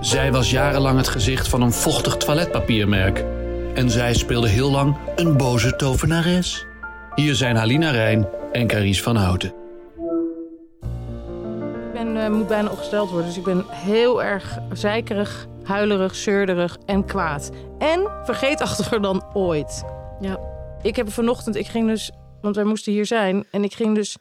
Zij was jarenlang het gezicht van een vochtig toiletpapiermerk. En zij speelde heel lang een boze tovenares. Hier zijn Halina Rijn en Carice van Houten. Ik ben, eh, moet bijna opgesteld worden, dus ik ben heel erg zeikerig, huilerig, zeurderig en kwaad. En vergeetachtiger dan ooit. Ja. Ik heb vanochtend, ik ging dus, want wij moesten hier zijn, en ik ging dus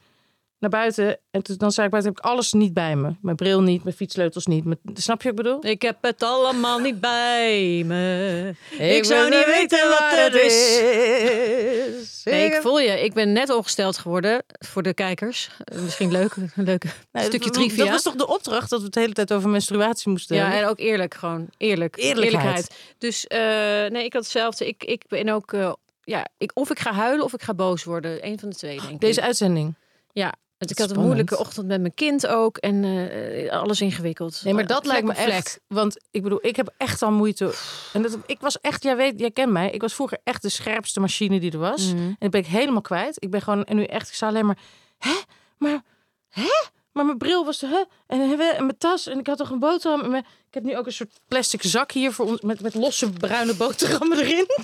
naar buiten. En toen dan zei ik buiten, heb ik alles niet bij me. Mijn bril niet, mijn fietssleutels niet. Mijn, snap je wat ik bedoel? Ik heb het allemaal niet bij me. Ik, zou niet weten wat het is. is. Nee, ik voel je. Ik ben net ongesteld geworden voor de kijkers. Eh, Misschien leuk, een leuk Nou, stukje dat- trivia. Dat was toch de opdracht dat we het de hele tijd over menstruatie moesten ja, hebben? en ook eerlijk gewoon. Eerlijk. Eerlijkheid. Dus eh, nee, ik had hetzelfde. Ik, ik ben ook... eh, ja, ik, of ik ga huilen of ik ga boos worden. Eén van de twee, denk ik. Ah, Deze uitzending. Want ik Dat had is een moeilijke spannend. ochtend met mijn kind ook. En eh, alles ingewikkeld. Nee, maar dat Vlek lijkt Eh, me op vlek. echt. Want ik bedoel, ik heb echt al moeite. En dat, ik was echt, jij weet, jij kent mij. Ik was vroeger echt de scherpste machine die er was. Mhm. En dat ben ik helemaal kwijt. Ik ben gewoon, en nu echt, ik sta alleen maar, hè? Maar, hè? Maar mijn bril was, hè? En, hè, hè? en mijn tas. En ik had toch een boterham. En mijn- ik heb nu ook een soort plastic zak hier voor ons, met, met losse bruine boterhammen erin.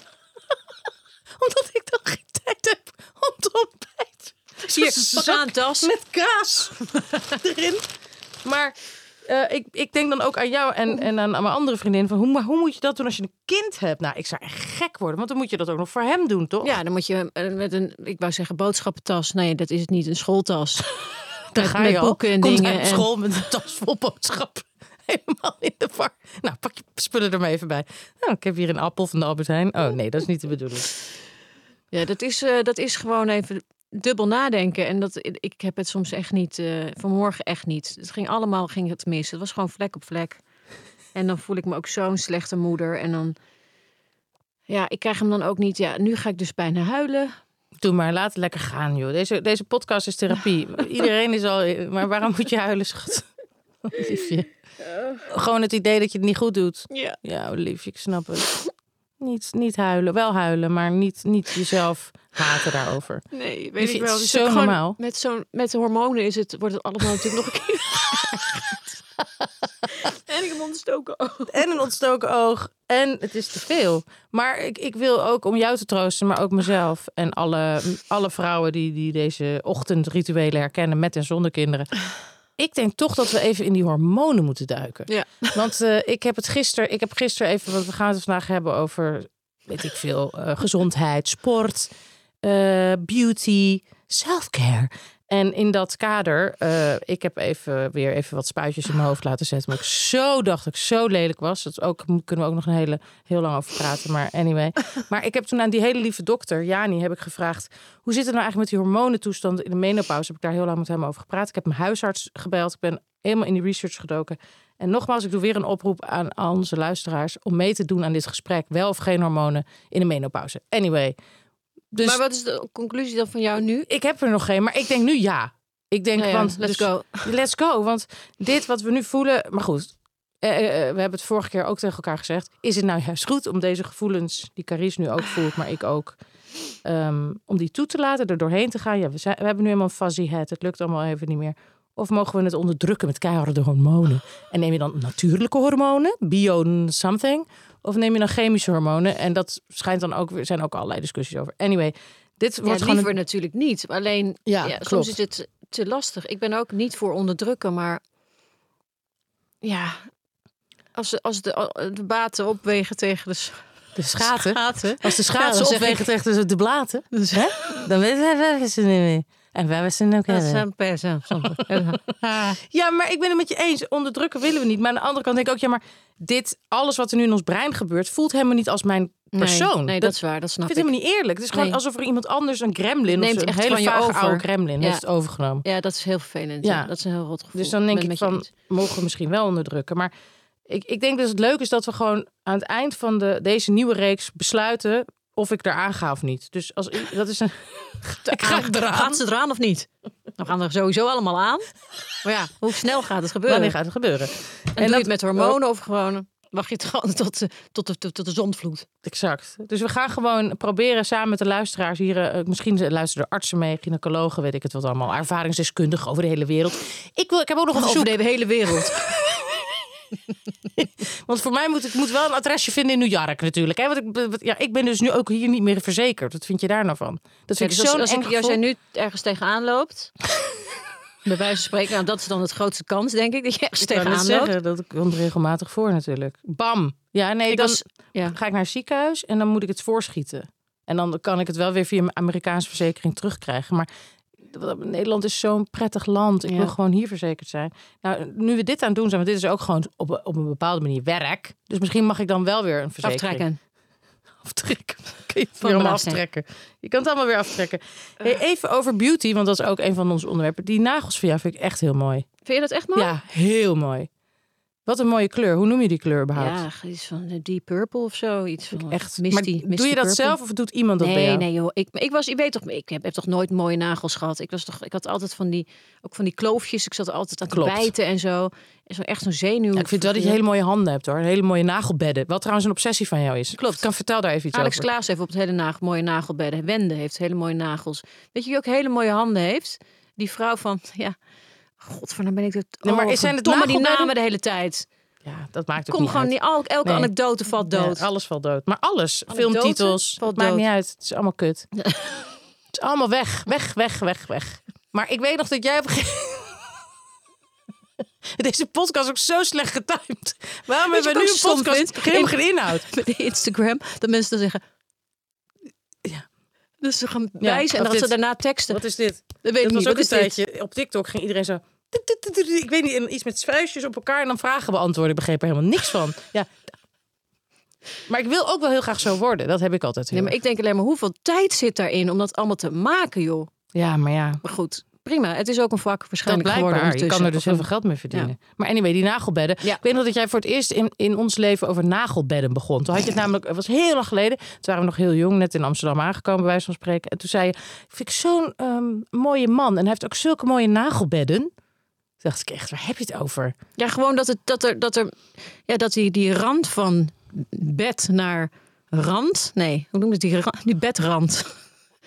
Omdat ik dan geen tijd heb om te ontbijten. Hier, Zo'n pak zak aan tas. met kaas erin. Maar eh, ik, ik denk dan ook aan jou en, en aan, aan mijn andere vriendin. Van hoe, maar hoe moet je dat doen als je een kind hebt? Nou, ik zou echt gek worden. Want dan moet je dat ook nog voor hem doen, toch? Ja, dan moet je eh, met een, ik wou zeggen boodschappentas. Nee, dat is het niet. Een schooltas. Daar met- ga met je al. boeken en Komt dingen hij op en- school met een tas vol boodschappen. Helemaal in de war. Nou, pak je spullen er maar even bij. Nou, ik heb hier een appel van de Albert Heijn. Oh nee, dat is niet de bedoeling. Ja, dat is, eh, dat is gewoon even dubbel nadenken. En dat, ik heb het soms echt niet, eh, vanmorgen echt niet. Het ging allemaal ging het mis. Het was gewoon vlek op vlek. En dan voel ik me ook zo'n slechte moeder. En dan, ja, ik krijg hem dan ook niet. Ja, nu ga ik dus bijna huilen. Doe maar, laat het lekker gaan, joh. Deze, deze podcast is therapie. Iedereen is al... Maar waarom moet je huilen, schat? Oh, Liefje. Gewoon het idee dat je het niet goed doet. Ja. Ja, lief, ik snap het. Niet, niet huilen, wel huilen, maar niet, niet jezelf haten daarover. Nee, Liefje, ik het wel. is Het is zo ook gewoon- normaal. Dus Met, zo'n, met hormonen is het, wordt het allemaal natuurlijk nog een keer. en ik heb ontstoken En een ontstoken oog. En het is te veel. Maar ik, ik wil ook om jou te troosten, maar ook mezelf. En alle, alle vrouwen die, die deze ochtendrituelen herkennen met en zonder kinderen. Ik denk toch dat we even in die hormonen moeten duiken. Ja. Want eh, ik heb het gisteren, ik heb gisteren even, want we gaan het vandaag hebben over, weet ik veel, eh, gezondheid, sport, eh, beauty, self-care. En in dat kader, eh, ik heb even weer even wat spuitjes in mijn hoofd laten zetten. Maar ik zo dacht ik zo lelijk was. Dat ook, kunnen we ook nog een hele, heel lang over praten. Maar anyway. Maar ik heb toen aan die hele lieve dokter, Jani, heb ik gevraagd... hoe zit het nou eigenlijk met die hormonentoestand in de menopauze? Heb ik daar heel lang met hem over gepraat. Ik heb mijn huisarts gebeld. Ik ben helemaal in die research gedoken. En nogmaals, ik doe weer een oproep aan al onze luisteraars... om mee te doen aan dit gesprek. Wel of geen hormonen in de menopauze. Anyway. Dus Maar wat is de conclusie dan van jou nu? ik heb er nog geen, maar ik denk nu ja. Ik denk, Nou ja, want... let's dus- go. Let's go, want dit wat we nu voelen... Maar goed, eh, eh, eh, we hebben het vorige keer ook tegen elkaar gezegd. Is het nou juist goed om deze gevoelens, die Carice nu ook voelt, maar ik ook... ehm, om die toe te laten, er doorheen te gaan? Ja, we, zijn, we hebben nu helemaal een fuzzy head. Het lukt allemaal even niet meer. Of mogen we het onderdrukken met keiharde hormonen? En neem je dan natuurlijke hormonen, bio-something? Of neem je dan chemische hormonen? En dat schijnt dan ook, weer- zijn ook allerlei discussies over. Anyway, dit Ja, wordt gewoon... liever een- natuurlijk niet. Alleen, Ja, ja, klopt. soms is het te lastig. Ik ben ook niet voor onderdrukken, maar ja, als, als de, de baten opwegen tegen de de schaten. schaten. Als de schaatsen dan zeg opwegen tegen de blaten, hè? dan weten wij waar ze niet meer. En waar we ze ook Dat hebben. zijn persen. Ja, maar ik ben het met je eens. Onderdrukken willen we niet. Maar aan de andere kant denk ik ook, ja, maar dit, alles wat er nu in ons brein gebeurt, voelt helemaal niet als mijn persoon. Nee, dat is waar. Dat snap ik ik. vind het helemaal niet eerlijk. Het is gewoon Nee. alsof er iemand anders een gremlin Neemt of zo, een echt hele van je vage over. oude gremlin Ja. heeft het overgenomen. Ja, dat is heel vervelend. Ja. Ja. Dat is een heel rot gevoel. Dus dan denk ben ik met je van, eens. mogen we misschien wel onderdrukken. Maar ik, ik denk dus het leuke is dat we gewoon aan het eind van de, deze nieuwe reeks besluiten of ik eraan ga of niet. Dus als ik, dat is een... ik ga eraan. Gaat ze eraan of niet? Dan gaan er sowieso allemaal aan. Maar ja, hoe snel gaat het gebeuren? Wanneer gaat het gebeuren? Oh, en doe je het met hormonen of gewoon... Wacht je het gewoon tot, de- tot, de, tot de zonvloed? Exact. Dus we gaan gewoon proberen samen met de luisteraars hier. eh, misschien luisteren er artsen mee, gynaecologen, weet ik het wat allemaal. Ervaringsdeskundigen over de hele wereld. Ik, wil, ik heb ook nog een Over verzoek. de hele wereld. Want voor mij moet ik moet wel een adresje vinden in New York natuurlijk. Hè? Want ik, ben- ja, ik ben dus nu ook hier niet meer verzekerd. Wat vind je daar nou van? Dat Ja, vind dus ik als, zo'n als, eng ik, als gevoel. jij nu ergens tegenaan loopt, bij wijze van spreken, nou, dat is dan het grootste kans, denk ik, dat je ergens Ik wou net tegenaan loopt. zeggen, dat komt regelmatig voor natuurlijk. Bam! Ja, nee, Ik dan was- ja. ga ik naar het ziekenhuis en dan moet ik het voorschieten. En dan kan ik het wel weer via mijn Amerikaanse verzekering terugkrijgen. Maar Nederland is zo'n prettig land. Ik Ja. wil gewoon hier verzekerd zijn. Nou, nu we dit aan het doen zijn, want dit is ook gewoon op, op een bepaalde manier werk. Dus misschien mag ik dan wel weer een verzekering Aftrekken. aftrekken. Kun je het Van weer allemaal belasting. aftrekken. Je kan het allemaal weer aftrekken. Eh. Hey, even over beauty, want dat is ook een van onze onderwerpen. Die nagels van jou vind ik echt heel mooi. Vind je dat echt mooi? Ja, heel mooi. Wat een mooie kleur. Hoe noem je die kleur überhaupt? Ja, iets van de Deep Purple of zo. Iets van eh, echt. misty. maar misty doe je dat purple. zelf of doet iemand dat bij Nee, jou? nee joh. Ik, ik was, je weet toch, ik heb, heb toch nooit mooie nagels gehad. Ik was toch, ik had altijd van die, ook van die kloofjes. Ik zat er altijd aan te Klopt. bijten en zo. En zo echt zo'n zenuw. eh, Ja, ik vind wel dat je hele mooie handen hebt hoor. Hele mooie nagelbedden. Wat trouwens een obsessie van jou is. Klopt. Kan vertel daar even iets Alex over. Klaas heeft op het hele nag- mooie nagelbedden. Wende heeft hele mooie nagels. Weet je wie ook hele mooie handen heeft? Die vrouw van, ja, godver, dan ben ik het. Nee, maar oh, zijn het verdomme, die nagelbedden? namen de hele tijd. Ja, dat maakt ook Kom niet gewoon uit. niet, al, elke Nee. anekdote valt dood. Ja, alles valt dood. Maar alles. Anekdote filmtitels. valt het maakt dood. niet uit. Het is allemaal kut. het is allemaal weg. Weg, weg, weg, weg. Maar ik weet nog dat jij op een gegeven Deze podcast is ook zo slecht getimed. Waarom hebben we Weet je wat nu ik een stom podcast vind? met helemaal geen inhoud? Met de Instagram, dat mensen dan zeggen. Ja. Dus ze gaan Ja, wijzen en of dat ze dit. daarna teksten. Wat is dit? Dat weet ik Dat niet. was Wat ook een is dit? tijdje. Op TikTok ging iedereen zo... tut, tut, tut, tut, Ik weet niet, en iets met vuistjes op elkaar en dan vragen beantwoorden. Ik begreep er helemaal niks van. Ja. Maar ik wil ook wel heel graag zo worden. Dat heb ik altijd. heel Nee, maar ik denk alleen maar hoeveel tijd zit daarin om dat allemaal te maken, joh. erg. Ja, maar ja. Maar goed, prima. Het is ook een vak Dat waarschijnlijk geworden blijkbaar. Je ondertussen. kan er dus Of heel veel geld mee verdienen. Maar anyway, die nagelbedden. Ja. Ik weet nog dat jij voor het eerst in, in ons leven over nagelbedden begon. Toen had je het namelijk, het was heel lang geleden. Toen waren we nog heel jong, net in Amsterdam aangekomen bij wijze van spreken. En toen zei je, vind ik zo'n ehm, mooie man. En hij heeft ook zulke mooie nagelbedden. Toen dacht ik echt, waar heb je het over? Ja, gewoon dat, het, dat er, dat er ja, dat die, die rand van bed naar rand. Nee, hoe noem je het? Die, ra- die bedrand.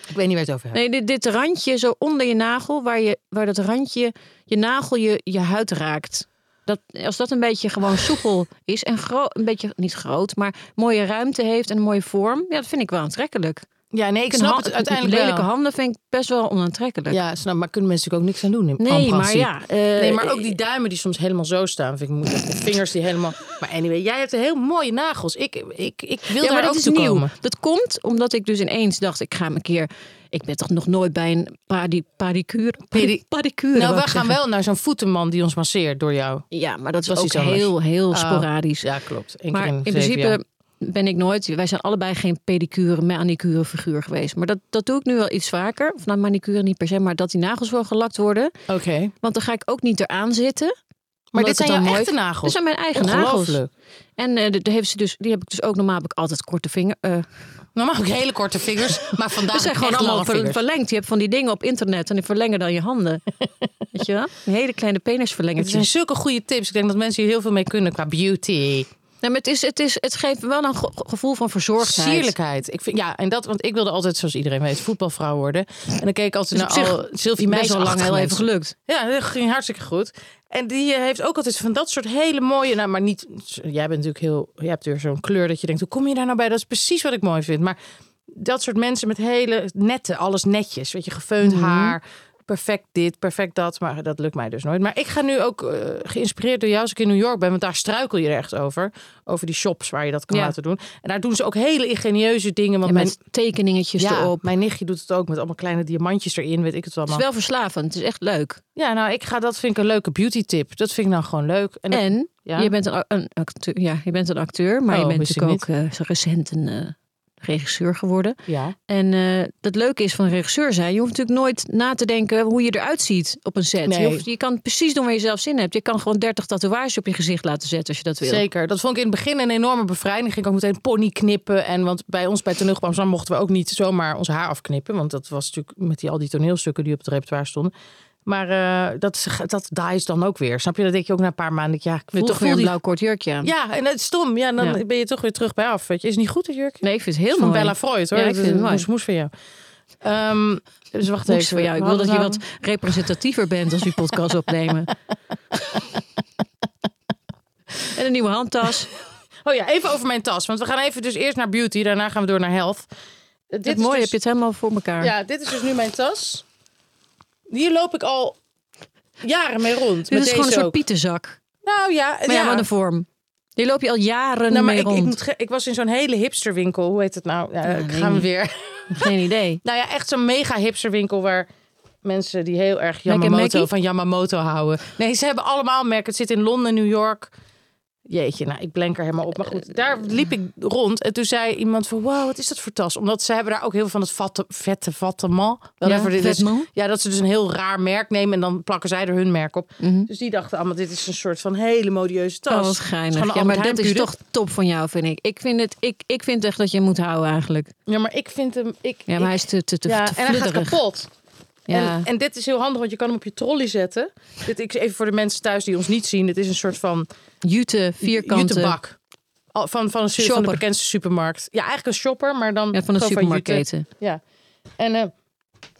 Ik weet niet waar je het over hebt. Nee, dit, dit randje zo onder je nagel, waar, je, waar dat randje, je nagel je, je huid raakt. Dat, als dat een beetje gewoon soepel is en gro- een beetje, niet groot, maar mooie ruimte heeft en een mooie vorm. Ja, dat vind ik wel aantrekkelijk. Ja, nee, ik Een snap hand- het uiteindelijk Lelijke wel. handen vind ik best wel onaantrekkelijk. Ja, snap, maar kunnen mensen natuurlijk ook niks aan doen. in- nee, en maar principe. ja. eh, Nee, maar ook die duimen die soms helemaal zo staan. Vind ik moeilijk. De vingers die helemaal... Maar anyway, jij hebt heel mooie nagels. Ik, ik, ik wil ja, daar maar dat ook is toe nieuw. komen. Dat komt omdat ik dus ineens dacht, ik ga hem een keer... Ik ben toch nog nooit bij een padi, padicure... Pedi- Padi, padicure Nou, wou we ik gaan zeggen. wel naar zo'n voetenman die ons masseert door jou. Ja, maar dat is was ook iets anders. heel, heel Oh, sporadisch. Ja, klopt. Eén maar keer in in, zeven principe jaar. ben ik nooit... Wij zijn allebei geen pedicure, manicure figuur geweest. Maar dat, dat doe ik nu wel iets vaker. Of nou, manicure niet per se, maar dat die nagels wel gelakt worden. Oké. Want dan ga ik ook niet eraan zitten. Maar Omdat dit het zijn dan jouw mooi- echte Dit nagels. zijn mijn eigen nagels. Ongelooflijk. En eh, de, de heeft ze dus, die heb ik dus ook normaal heb ik altijd korte vinger. eh, Normaal ook hele korte vingers. Maar vandaag Dat zijn echt Ah, gewoon allemaal lange ver- vingers. verlengd. Je hebt van die dingen op internet en die verlengen dan je handen. Weet je wel? Een hele kleine Het zijn penisverlengertjes. zulke goede tips. Ik denk dat mensen hier heel veel mee kunnen qua beauty. Nee, maar het, is, het, is, het geeft wel een ge- gevoel van verzorgdheid. Sierlijkheid. Ik vind, ja, en dat, want ik wilde altijd, zoals iedereen weet, voetbalvrouw worden. En dan keek ik Dus altijd op naar zich al Sylvie Die mij Meijs zo lang heel even even gelukt. Ja, dat ging hartstikke goed. En die eh, heeft ook altijd van dat soort hele mooie. Nou, maar niet. Jij bent natuurlijk heel. Jij hebt weer zo'n kleur dat je denkt: hoe kom je daar nou bij? Dat is precies wat ik mooi vind. Maar dat soort mensen met hele nette, alles netjes. Weet je, gefeund Mhm. haar. Perfect dit, perfect dat. Maar dat lukt mij dus nooit. Maar ik ga nu ook eh, geïnspireerd door jou als ik in New York ben. Want daar struikel je er echt over. Over die shops waar je dat kan Ja. laten doen. En daar doen ze ook hele ingenieuze dingen. Want En mijn, met tekeningetjes ja, erop. mijn nichtje doet het ook met allemaal kleine diamantjes erin. Weet ik het Het allemaal. is wel verslavend. Het is echt leuk. Ja, nou, ik ga, dat vind ik een leuke beauty tip. Dat vind ik nou gewoon leuk. En, dat- En ja. je, bent een, een acteur, ja, je bent een acteur, maar Oh, je bent wist ik natuurlijk ook eh, zo recent een eh, regisseur geworden. ja. En eh, dat leuke is van regisseur zijn, je hoeft natuurlijk nooit na te denken hoe je eruit ziet op een set. Nee. Je, hoeft- je kan precies doen waar je zelf zin hebt. Je kan gewoon 30 tatoeages op je gezicht laten zetten als je dat wil. Zeker. Dat vond ik in het begin een enorme bevrijding. Ging ik ook meteen pony knippen. En want bij ons bij Toneelgroep Amsterdam mochten we ook niet zomaar ons haar afknippen. Want dat was natuurlijk met die, al die toneelstukken die op het repertoire stonden. Maar eh, dat, is- dat is dan ook weer. Snap je? Dat denk je ook na een paar maanden. Ja, ik Je voel, hebt toch weer een die- blauw kort jurkje aan. Ja, en dat is stom. Ja, dan Ja. ben je toch weer terug bij af. Weet je, is niet goed het jurkje? Nee, ik vind het heel Is van mooi. Bella Freud hoor. Ja, ik Dat vind het is- mooi. Moes, moes van jou. Ehm, dus wacht Moes even. voor jou. Ik We wil dat je hadden wat representatiever bent als we podcast opnemen. En een nieuwe handtas. Oh ja, even over mijn tas. Want we gaan even dus eerst naar beauty. Daarna gaan we door naar health. Eh, Dit Dit is mooi, dus- heb je het helemaal voor elkaar. Ja, dit is dus nu mijn tas. Hier loop ik al jaren mee rond. Dit met is gewoon een deze soort ook. pietenzak. Nou ja, Maar ja, ja. wat een vorm. Die loop je al jaren nou, maar mee ik, ik, rond. moet ge- ik was in zo'n hele hipsterwinkel. Hoe heet het nou? Ja, ik weet ga hem niet. weer. Geen idee. Nou ja, echt zo'n mega hipsterwinkel waar mensen die heel erg Mac and Yamamoto Maggie? van Yamamoto houden. Nee, ze hebben allemaal merken. Het zit in Londen, New York. Jeetje, nou, ik blenk er helemaal op. Maar goed, daar liep ik rond. En toen zei iemand van, wow, wat is dat voor tas? Omdat ze hebben daar ook heel veel van het vatte, vette vattement. Whatever dit is. vêtement. Ja, dat ze dus een heel raar merk nemen en dan plakken zij er hun merk op. Dus die dachten allemaal, dit is een soort van hele modieuze tas. Mhm. Oh, wat Het is gewoon geinig. een Ja, Albert maar dat is Heijn-pure. toch top van jou, vind ik. Ik vind, het, ik, ik vind echt dat je hem moet houden eigenlijk. Ja, maar ik vind hem... Ik, Ja, maar hij is te, te, te, ja, te en hij gaat fludderig. kapot. Ja. En, en dit is heel handig, want je kan hem op je trolley zetten. Dit ik even voor de mensen thuis die ons niet zien. Dit is een soort van Jute, vierkante. jutebak. Al- Van, van, een, su- van de Shopper. bekendste supermarkt. Ja, eigenlijk een shopper, maar dan Ja, van gewoon een jute. supermarktketen. Ja. En eh,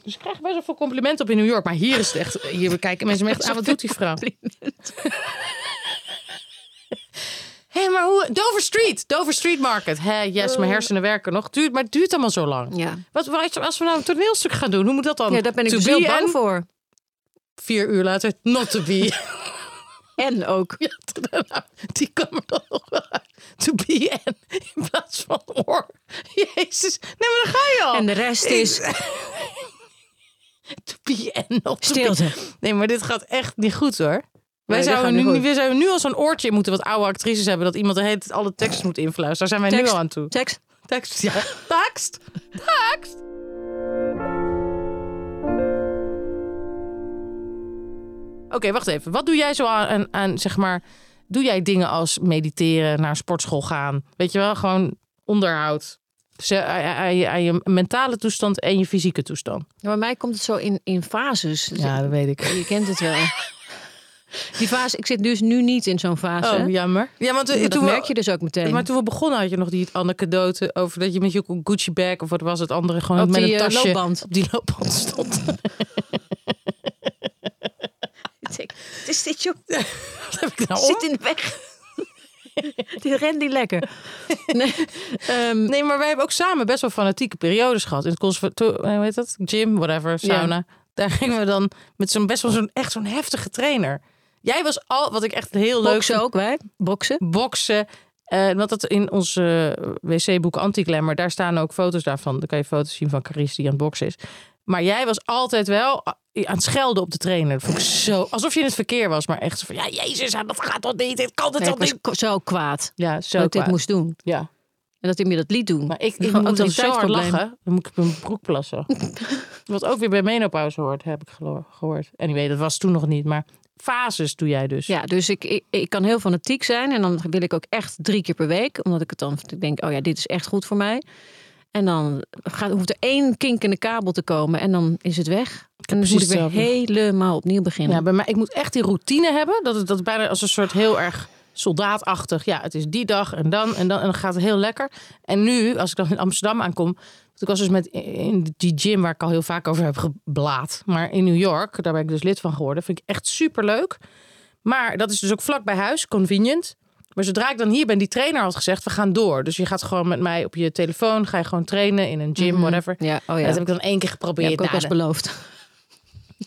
dus ik krijg best wel veel complimenten op in New York. Maar hier is het echt... Hier kijken mensen me echt aan, wat doet die vrouw? Hé, maar hoe... Dover Street. Dover Street Market. Hé, yes, mijn hersenen werken nog. Duurt, maar het duurt allemaal zo lang. Ja. Wat, wat- als we nou een toneelstuk gaan doen, hoe moet dat dan? ja, daar ben ik To dus be heel en bang voor. Vier uur later, not to be. En ook. Ja, nou, Die kwam er dan nog wel uit. To be en in plaats van or. Jezus. Nee, maar dan ga je al. En de rest is To be en not to be. stilte. Nee, maar dit gaat echt niet goed hoor. Wij, dit zouden gaat nu, niet goed. we zouden nu al zo'n oortje in moeten wat oude actrices hebben. Dat iemand de hele tijd alle tekst moet influisteren. Daar zijn wij nu Tekst. al aan toe. Tekst. Tekst, ja. Tekst. Tekst. Oké, wacht even. Wat doe jij zo aan, aan, aan, zeg maar... Doe jij dingen als mediteren, naar een sportschool gaan? Weet je wel, gewoon onderhoud. Dus, eh, aan, aan je, aan je mentale toestand en je fysieke toestand. Oh. Ja, bij mij komt het zo in, in fases. Dus Ja, dat weet ik. Je kent het wel. Die fase, ik zit dus nu niet in zo'n fase. Oh, jammer. Ja, want eh, Maar dat toen, merk je we, dus ook meteen. maar toen we begonnen had je nog die anekdote over dat je met je Gucci bag of wat was het andere gewoon Op met die, een eh, tasje loopband. op die loopband stond. is dit je Wat heb ik nou om? zit in de weg. die rent die lekker. Nee, ehm, Nee, maar wij hebben ook samen best wel fanatieke periodes gehad. In het conservatorium, hoe heet dat? Gym, whatever, sauna. Daar gingen we dan met zo'n best wel zo'n echt zo'n heftige trainer. Jij was al, wat ik echt heel leuk boksen ook, wij. Boksen. boksen. Eh, want dat in ons eh, wc-boek Anti-Glamour, daar staan ook foto's daarvan. Dan kan je foto's zien van Caris die aan het boksen is. Maar jij was altijd wel a- aan het schelden op de trainer. Dat vond ik zo... Alsof je in het verkeer was, maar echt zo van... Ja, jezus, ah, dat gaat toch niet? Dit kan het Nee, toch ik was niet? ko- zo kwaad Ja, zo dat ik kwaad. dit moest doen. Ja. En dat hij me dat liet doen. Maar ik, ik Gewoon moet er zo hard autoriteitsprobleem. lachen. Dan moet ik op mijn broek plassen. Wat ook weer bij menopauze hoort, heb ik gelo- gehoord. Anyway, dat was toen nog niet. Maar fases doe jij dus. Ja, dus ik, ik, ik kan heel fanatiek zijn. En dan wil ik ook echt drie keer per week. Omdat ik het dan denk, oh ja, dit is echt goed voor mij. En dan gaat, hoeft er één kink in de kabel te komen. En dan is het weg. En dan precies moet ik weer hetzelfde. helemaal opnieuw beginnen. Ja, bij mij, ik moet echt die routine hebben. Dat het dat het bijna als een soort heel erg soldaatachtig. Ja, het is die dag en dan en dan. En dan gaat het heel lekker. En nu, als ik dan in Amsterdam aankom. want Ik was dus met in die gym waar ik al heel vaak over heb geblaat. Maar in New York, daar ben ik dus lid van geworden. Vind ik echt super leuk. Maar dat is dus ook vlak bij huis, convenient. Maar zodra ik dan hier ben, die trainer had gezegd: we gaan door. Dus je gaat gewoon met mij op je telefoon, ga je gewoon trainen in een gym, whatever. Ja, oh ja. Dat heb ik dan één keer Ja, geprobeerd. heb ik ook Nou, als dan- beloofd.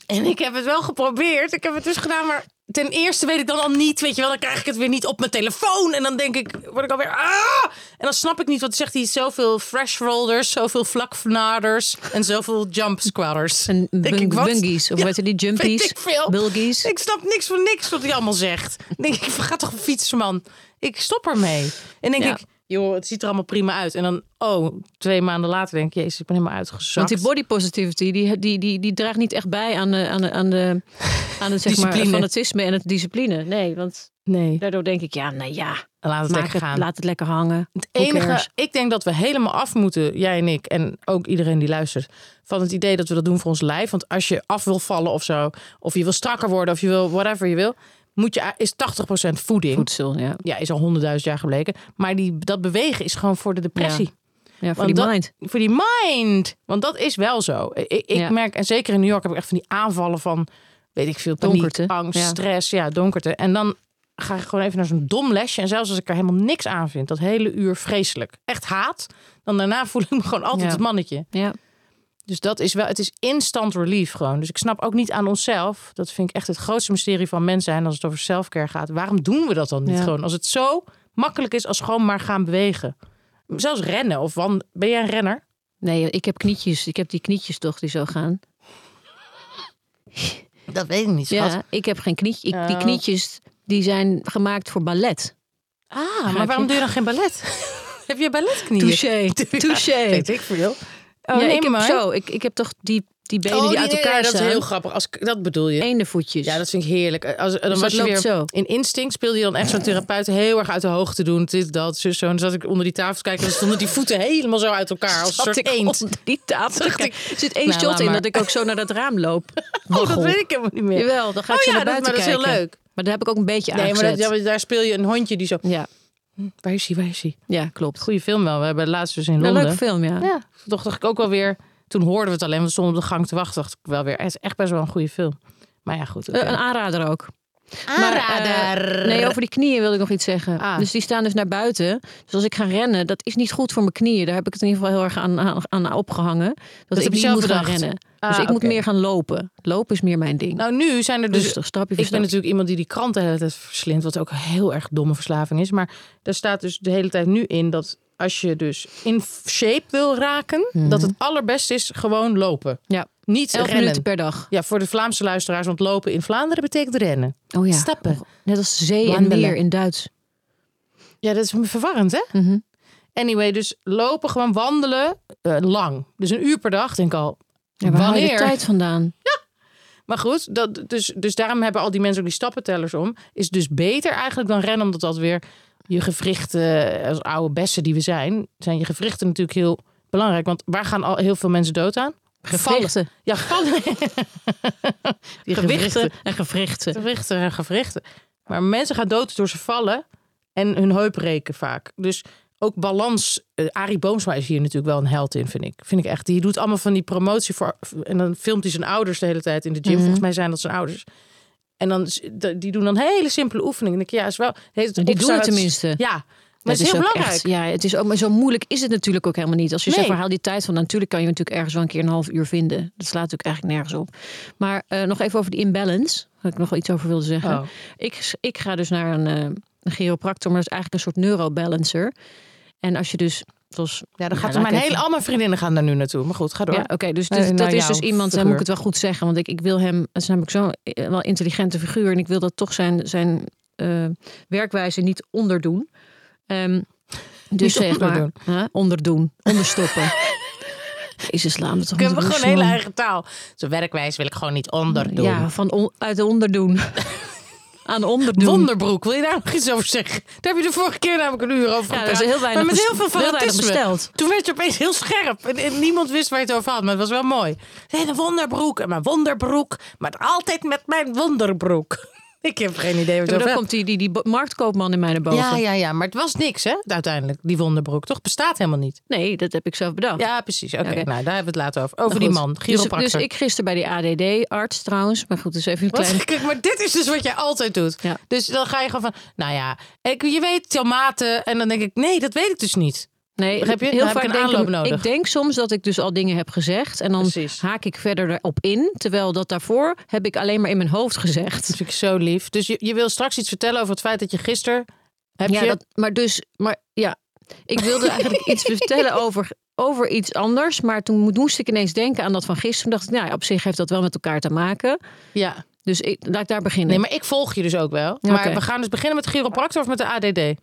en ik heb het wel geprobeerd. Ik heb het dus gedaan, maar ten eerste weet ik dan al niet, weet je wel, dan krijg ik het weer niet op mijn telefoon en dan denk ik, word ik alweer ah! En dan snap ik niet wat zegt hij zoveel fresh rollers, zoveel vlaknaders en zoveel jump squatters. En Denk ik, bung- wat? bungees. Of Ja, weet je, die jumpies. Weet ik veel. Bulgies. Ik snap niks van niks wat hij allemaal zegt. Dan denk ik, ga toch fietsen, man. Ik stop ermee. En denk Ja. ik, joh, het ziet er allemaal prima uit. En dan, oh, twee maanden later denk ik, jezus, ik ben helemaal uitgezakt. Want die body positivity, die, die, die, die draagt niet echt bij aan de, aan de, aan de, aan het, zeg maar, Discipline. fanatisme en het discipline. Nee, want Nee, daardoor denk ik, ja, nou ja, laat het maak lekker het, gaan. laat het lekker hangen. Het Who enige, cares? ik denk dat we helemaal af moeten, jij en ik, en ook iedereen die luistert, van het idee dat we dat doen voor ons lijf. Want als je af wil vallen of zo, of je wil strakker worden, of je wil whatever je wil, moet je, is 80% voeding. Voedsel, ja. Ja, is al honderdduizend jaar gebleken. Maar die, dat bewegen is gewoon voor de depressie. Ja, voor Want die dat- mind. Voor die mind. Want dat is wel zo. Ik, ik Ja. merk, en zeker in New York heb ik echt van die aanvallen van, weet ik veel, paniek, Donkerte, angst, ja. stress, ja, donkerte. En dan ga ik gewoon even naar zo'n dom lesje. En zelfs als ik er helemaal niks aan vind, dat hele uur vreselijk. Echt haat. Dan daarna voel ik me gewoon altijd Ja. het mannetje. Ja. Dus dat is wel, het is instant relief gewoon. Dus ik snap ook niet aan onszelf. Dat vind ik echt het grootste mysterie van mens zijn als het over selfcare gaat. Waarom doen we dat dan niet Ja. gewoon? Als het zo makkelijk is als gewoon maar gaan bewegen. Zelfs rennen of wan. Ben jij een renner? Nee, ik heb knietjes. Ik heb die knietjes toch die zo gaan. Dat weet ik niet. Ja, ik heb geen knietjes. Die Oh. knietjes die zijn gemaakt voor ballet. Ah, je? maar waarom doe je dan geen ballet? heb je balletknieën? Touché. Touché. Weet ik veel. Oh, ja, nee, ik heb maar. zo. Ik, ik heb toch die, die benen Oh, die uit nee, elkaar ja, Dat is staan. heel grappig. Als, ik- dat bedoel je. Ene voetjes. Ja, dat vind ik heerlijk. Als, dan was Dus dat je weer loopt zo. in instinct speelde je dan echt zo'n therapeut heel erg uit de hoogte doen. Dit, dat, zus, zo. En dan zat ik onder die tafel te kijken. Dan stonden die voeten helemaal zo uit elkaar. Als een Zat soort ik eend. onder die tafel. te Zat ik- kijken. Er zit één Nou, shot laat in maar. dat ik ook zo naar dat raam loop. Oh, dat Waggel. weet ik helemaal niet meer. Jawel, dan ga ik Oh zo ja, naar dat- buiten maar dat is heel kijken. leuk. Maar daar heb ik ook een beetje Nee, maar dat, aangezet. ja, maar daar speel je een hondje die zo... ja, Waar is hij, waar is hij? ja, klopt. Goeie film wel. We hebben laatst dus in Een Londen. leuke film, ja. Ja, toch dacht ik ook wel weer... Toen hoorden we het alleen, want we stonden op de gang te wachten. Dacht ik wel weer, het is echt best wel een goede film. Maar ja, goed. oké. Eh, een aanrader ook. Maar, eh, Aanrader. nee, over die knieën wilde ik nog iets zeggen. Ah. Dus die staan dus naar buiten. Dus als ik ga rennen, dat is niet goed voor mijn knieën. Daar heb ik het in ieder geval heel erg aan, aan, aan opgehangen. heb Dat, ik je niet zelf moet gaan bedacht. rennen. Ah, dus ik moet oké. meer gaan lopen. Lopen is meer mijn ding. Nou, nu zijn er dus... Rustig, stapje voor Ik ben stapje. natuurlijk iemand die die krant de hele tijd verslindt. Wat ook een heel erg domme verslaving is. Maar daar staat dus de hele tijd nu in dat als je dus in shape wil raken, Mhm. dat het allerbest is gewoon lopen. Ja, Niet 11 rennen. minuten per dag. Ja, voor de Vlaamse luisteraars, want lopen in Vlaanderen betekent rennen. Oh ja. Stappen. Net als zee en Wandelen. meer in Duits. Ja, dat is verwarrend, hè? Mhm. Anyway, dus lopen, gewoon wandelen, eh, lang. Dus een uur per dag, denk ik al. Ja, waar haal je de Wanneer? tijd vandaan? Maar goed, dat, dus, dus daarom hebben al die mensen ook die stappentellers om. Is dus beter eigenlijk dan rennen, omdat dat weer je gewrichten, eh, als oude bessen die we zijn, zijn je gewrichten natuurlijk heel belangrijk. Want waar gaan al heel veel mensen dood aan? Gevallen. Gewrichten. Ja, vallen. Die Gewichten. gewrichten en gewrichten. gewrichten en gewrichten. Maar mensen gaan dood door ze vallen en hun heup reken vaak. Dus ook balans. eh, Arie Boomsma is hier natuurlijk wel een held in, vind ik. Vind ik echt. Die doet allemaal van die promotie voor. En dan filmt hij zijn ouders de hele tijd in de gym. Volgens mij zijn dat zijn ouders. En dan, is- de- die doen dan hele simpele oefeningen. En ik, ja, is wel. Heet Die doen het tenminste. Ja, maar het is heel ook belangrijk. echt- ja, het is ook, maar zo moeilijk is het natuurlijk ook helemaal niet. Als je Nee. zegt, waar haal die tijd van? Natuurlijk kan je natuurlijk ergens wel een keer een half uur vinden. Dat slaat natuurlijk eigenlijk nergens op. Maar eh, nog even over die imbalance. Waar ik nog wel iets over wilde zeggen. Oh. Ik, ik ga dus naar een, eh, een chiropractor, maar dat is eigenlijk een soort neurobalancer. En als je dus, zoals... Ja, dan gaat laat mijn ik even- hele, al mijn vriendinnen gaan daar nu naartoe. Maar goed, ga door. Ja, oké, dus Nee, dit- nou, dat is jouw dus iemand, dan figuur. moet ik het wel goed zeggen, want ik, ik wil hem, het is namelijk zo'n eh, wel intelligente figuur en ik wil dat toch zijn, zijn eh, werkwijze niet onderdoen. Ehm, dus Niet zeg maar, onderdoen. hè, onderdoen, onderstoppen. Jezus, laat me Ik toch heb niet gewoon doen, een hele man. eigen taal. Zo'n werkwijze wil ik gewoon niet onderdoen. Ja, van on- uit de onderdoen. Aan onderdoen. Wonderbroek, wil je daar nog iets over zeggen? Daar heb je de vorige keer namelijk een uur over Ja, dat gepraat. is heel weinig, maar met bes- heel veel heel weinig fanatisme. besteld. Toen werd je opeens heel scherp. En, en niemand wist waar je het over had, maar het was wel mooi. Nee, de wonderbroek en mijn wonderbroek. Maar het altijd met mijn wonderbroek. Ik heb geen idee wat Ja, je maar dan over komt die, die, die bo- marktkoopman in mij naar boven. Ja, ja, ja, maar het was niks, hè, uiteindelijk, die wonderbroek. Toch bestaat helemaal niet. Nee, dat heb ik zelf bedacht. Ja, precies. Oké, Oké. nou, daar hebben we het later over. Over Nou die goed. man, chiropractor. Dus, dus ik gisteren bij die ADD-arts trouwens. Maar goed, dus even een Wat? klein... Kijk, maar dit is dus wat jij altijd doet. Ja. Dus dan ga je gewoon van, nou ja, ik, je weet tomaten. En dan denk ik, nee, dat weet ik dus niet. Nee, Begrijp je? heel Dan heb vaak ik een denk aanloop ik, nodig. Ik denk soms dat ik dus al dingen heb gezegd en dan Precies. haak ik verder erop in, terwijl dat daarvoor heb ik alleen maar in mijn hoofd gezegd. Dat vind ik zo lief. Dus je, je wil straks iets vertellen over het feit dat je gisteren... Heb ja, je... dat, maar dus, maar ja, ik wilde eigenlijk iets vertellen over, over iets anders, maar toen mo- moest ik ineens denken aan dat van gisteren. Toen dacht ik, nou, ja, op zich heeft dat wel met elkaar te maken. ja. Dus ik, laat ik daar beginnen. Nee, maar ik volg je dus ook wel. Ja, Maar oké. we gaan dus beginnen met de chiropractor of met de ADD? Oké,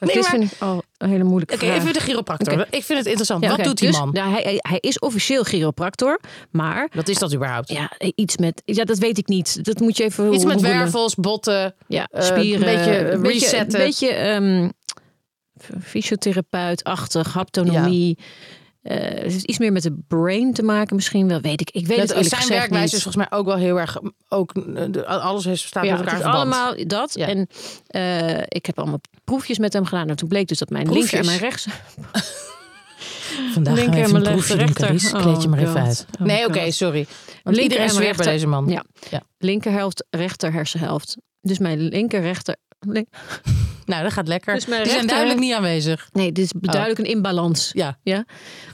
Dit nee, maar- vind ik al een hele moeilijke vraag. even de chiropractor. Oké. Ik vind het interessant. Ja, Wat oké, doet die dus, man? nou, hij, hij, hij is officieel chiropractor, maar Wat is dat überhaupt? ja, iets met, ja, dat weet ik niet. Dat moet je even Iets met googlen. wervels, botten. Ja, Eh, spieren. een beetje een beetje- resetten. Een beetje ehm, fysiotherapeut-achtig, haptonomie. Eh, het heeft iets meer met de brain te maken misschien wel. Weet ik. Ik weet Dat het eerlijk zijn gezegd werkwijze is niet. volgens mij ook wel heel erg... Ook, eh, de- alles heeft- staat Ja, met het elkaar is in verband. allemaal dat. Ja. En Nou, eh, ik heb allemaal proefjes met hem gedaan. En toen bleek dus dat mijn linker en Proefjes? mijn rechts... Vandaag gaan we Linker even een en proefje doen, rechter. Carice. Kleed je maar Oh even God. uit. Oh nee, oké, God. sorry. Want iedereen en is weer bij rechter. deze man. Ja. Ja. Linkerhelft, rechter hersenhelft. Dus mijn linker, rechter... link- Nou, dat gaat lekker. Dus Die mijn zijn rechter- duidelijk niet aanwezig. Nee, dit is duidelijk een inbalans. Oh. Ja. Ja?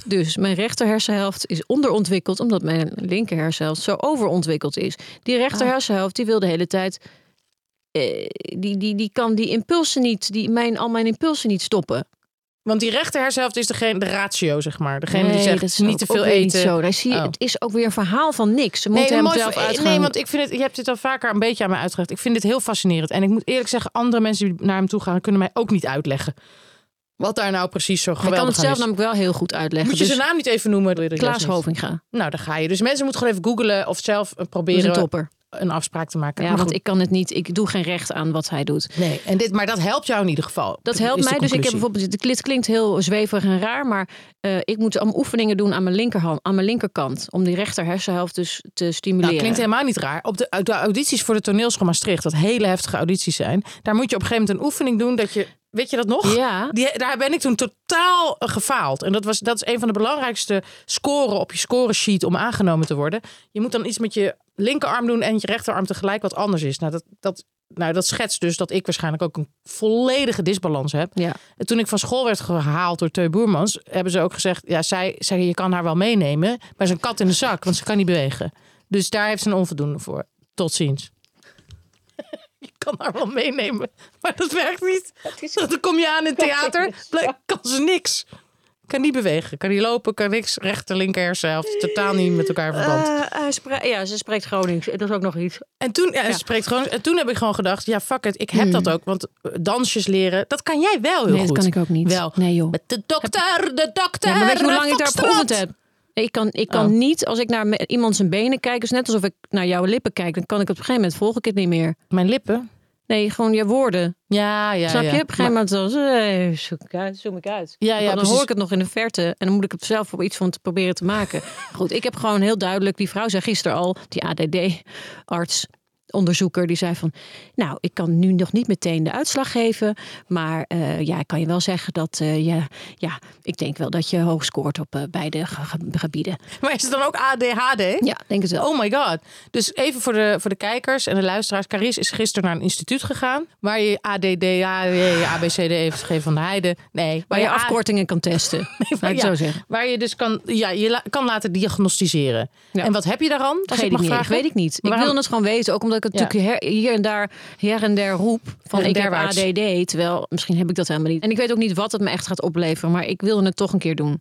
Dus mijn rechter hersenhelft is onderontwikkeld... omdat mijn linker hersenhelft zo overontwikkeld is. Die rechter Ah. hersenhelft die wil de hele tijd... eh, die, die, die kan die impulsen niet... Die mijn, al mijn impulsen niet stoppen. Want die rechter hersenhelft is degene, de ratio, zeg maar. Degene Nee, die zegt, dat is ook- niet te ook veel weer niet eten. Zo. Daar zie je, Oh. Het is ook weer een verhaal van niks. Ze moeten een hem mooi zelf ver- uitgaan. nee, want ik vind het, je hebt dit al vaker een beetje aan mij uitgelegd. Ik vind dit heel fascinerend. En ik moet eerlijk zeggen, andere mensen die naar hem toe gaan, kunnen mij ook niet uitleggen. Wat daar nou precies zo Hij geweldig kan het aan zelf is. namelijk wel heel goed uitleggen. Moet je dus zijn naam niet even noemen? Doe je dat Klaas juist niet? Hovinga. Nou, daar ga je. Dus mensen moeten gewoon even googlen of zelf eh, Dat is een proberen een, topper. afspraak te maken. Ja, Maar want goed. ik kan het niet. Ik doe geen recht aan wat hij doet. Nee, en dit, maar dat helpt jou in ieder geval. Dat helpt is de mij. Dus ik heb conclusie. bijvoorbeeld. Dit klinkt heel zweverig en raar. Maar eh, ik moet allemaal oefeningen doen aan mijn linkerhand. Aan mijn linkerkant. Om die rechter hersenhelft dus te stimuleren. Nou, klinkt helemaal niet raar. Op de, uit de audities voor de toneelschool Maastricht, dat hele heftige audities zijn, daar moet je op een gegeven moment een oefening doen dat je, weet je dat nog? Ja. Die, daar ben ik toen totaal eh, gefaald. En dat, was, dat is een van de belangrijkste scoren op je scoresheet om aangenomen te worden. Je moet dan iets met je linkerarm doen en je rechterarm tegelijk wat anders is. Nou, dat, dat, nou, dat schetst dus dat ik waarschijnlijk ook een volledige disbalans heb. Ja. En toen ik van school werd gehaald door Teu Boermans, hebben ze ook gezegd: ja, zij, zij, je kan haar wel meenemen, maar ze is een kat in de zak, want ze kan niet bewegen. Dus daar heeft ze een onvoldoende voor. Tot ziens. Je kan haar wel meenemen, maar dat werkt niet. Dan kom je aan in het theater, blijk- kan ze niks. Kan niet bewegen, kan niet lopen, kan niks. Rechter, linker, hersenhelft, totaal niet met elkaar in Ah. verband. ja, ze spreekt Gronings. Dat is ook nog iets. En toen, ja, ze Spreekt gewoon, en toen heb ik gewoon gedacht, ja fuck it, ik heb dat ook. Want eh, dansjes leren, dat kan jij wel heel Hmm. Nee, goed. dat kan ik ook niet. Wel. Nee, joh. Met de dokter, de dokter. Ja, maar weet je hoe lang ik eh, daarop Foxtrot. geoefend heb? Ik kan, ik kan Oh. niet, als ik naar me- iemand zijn benen kijk, is net alsof ik naar jouw lippen kijk, dan kan ik op een gegeven moment volg ik het niet meer. Mijn lippen? Nee, gewoon je woorden. Ja, ja, Snap je? ja. Op een gegeven moment dan eh, zoek ik uit, zoom ik uit. Ja, ja, dan precies. hoor ik het nog in de verte en dan moet ik het zelf op iets van te proberen te maken. Goed, ik heb gewoon heel duidelijk, die vrouw zei gisteren al, die ADD-arts, onderzoeker, die zei van, nou, ik kan nu nog niet meteen de uitslag geven, maar eh, ja, ik kan je wel zeggen dat, eh, ja, ja, ik denk wel dat je hoog scoort op eh, beide ge- ge- gebieden. Maar is het dan ook ADHD? Ja, denk het wel. Oh my god. Dus even voor de, voor de kijkers en de luisteraars. Caris is gisteren naar een instituut gegaan. Waar je ADD, AD, ABCD heeft E, G van de Heide. Nee. Waar je A- afkortingen kan testen, laat ik het ja, zo zeggen. Waar je dus kan, ja, je la- kan laten diagnosticeren. Ja. En wat heb je daaraan? Als Weet ik ik, mag niet, vragen. weet ik niet. Waarom- Ik wil het gewoon weten. Ook omdat ik het Ja. natuurlijk her- hier en daar, her en der roep van Her en ik heb derwaarts. ADD. Terwijl misschien heb ik dat helemaal niet. En ik weet ook niet wat het me echt gaat opleveren. Maar ik wilde het toch een keer doen.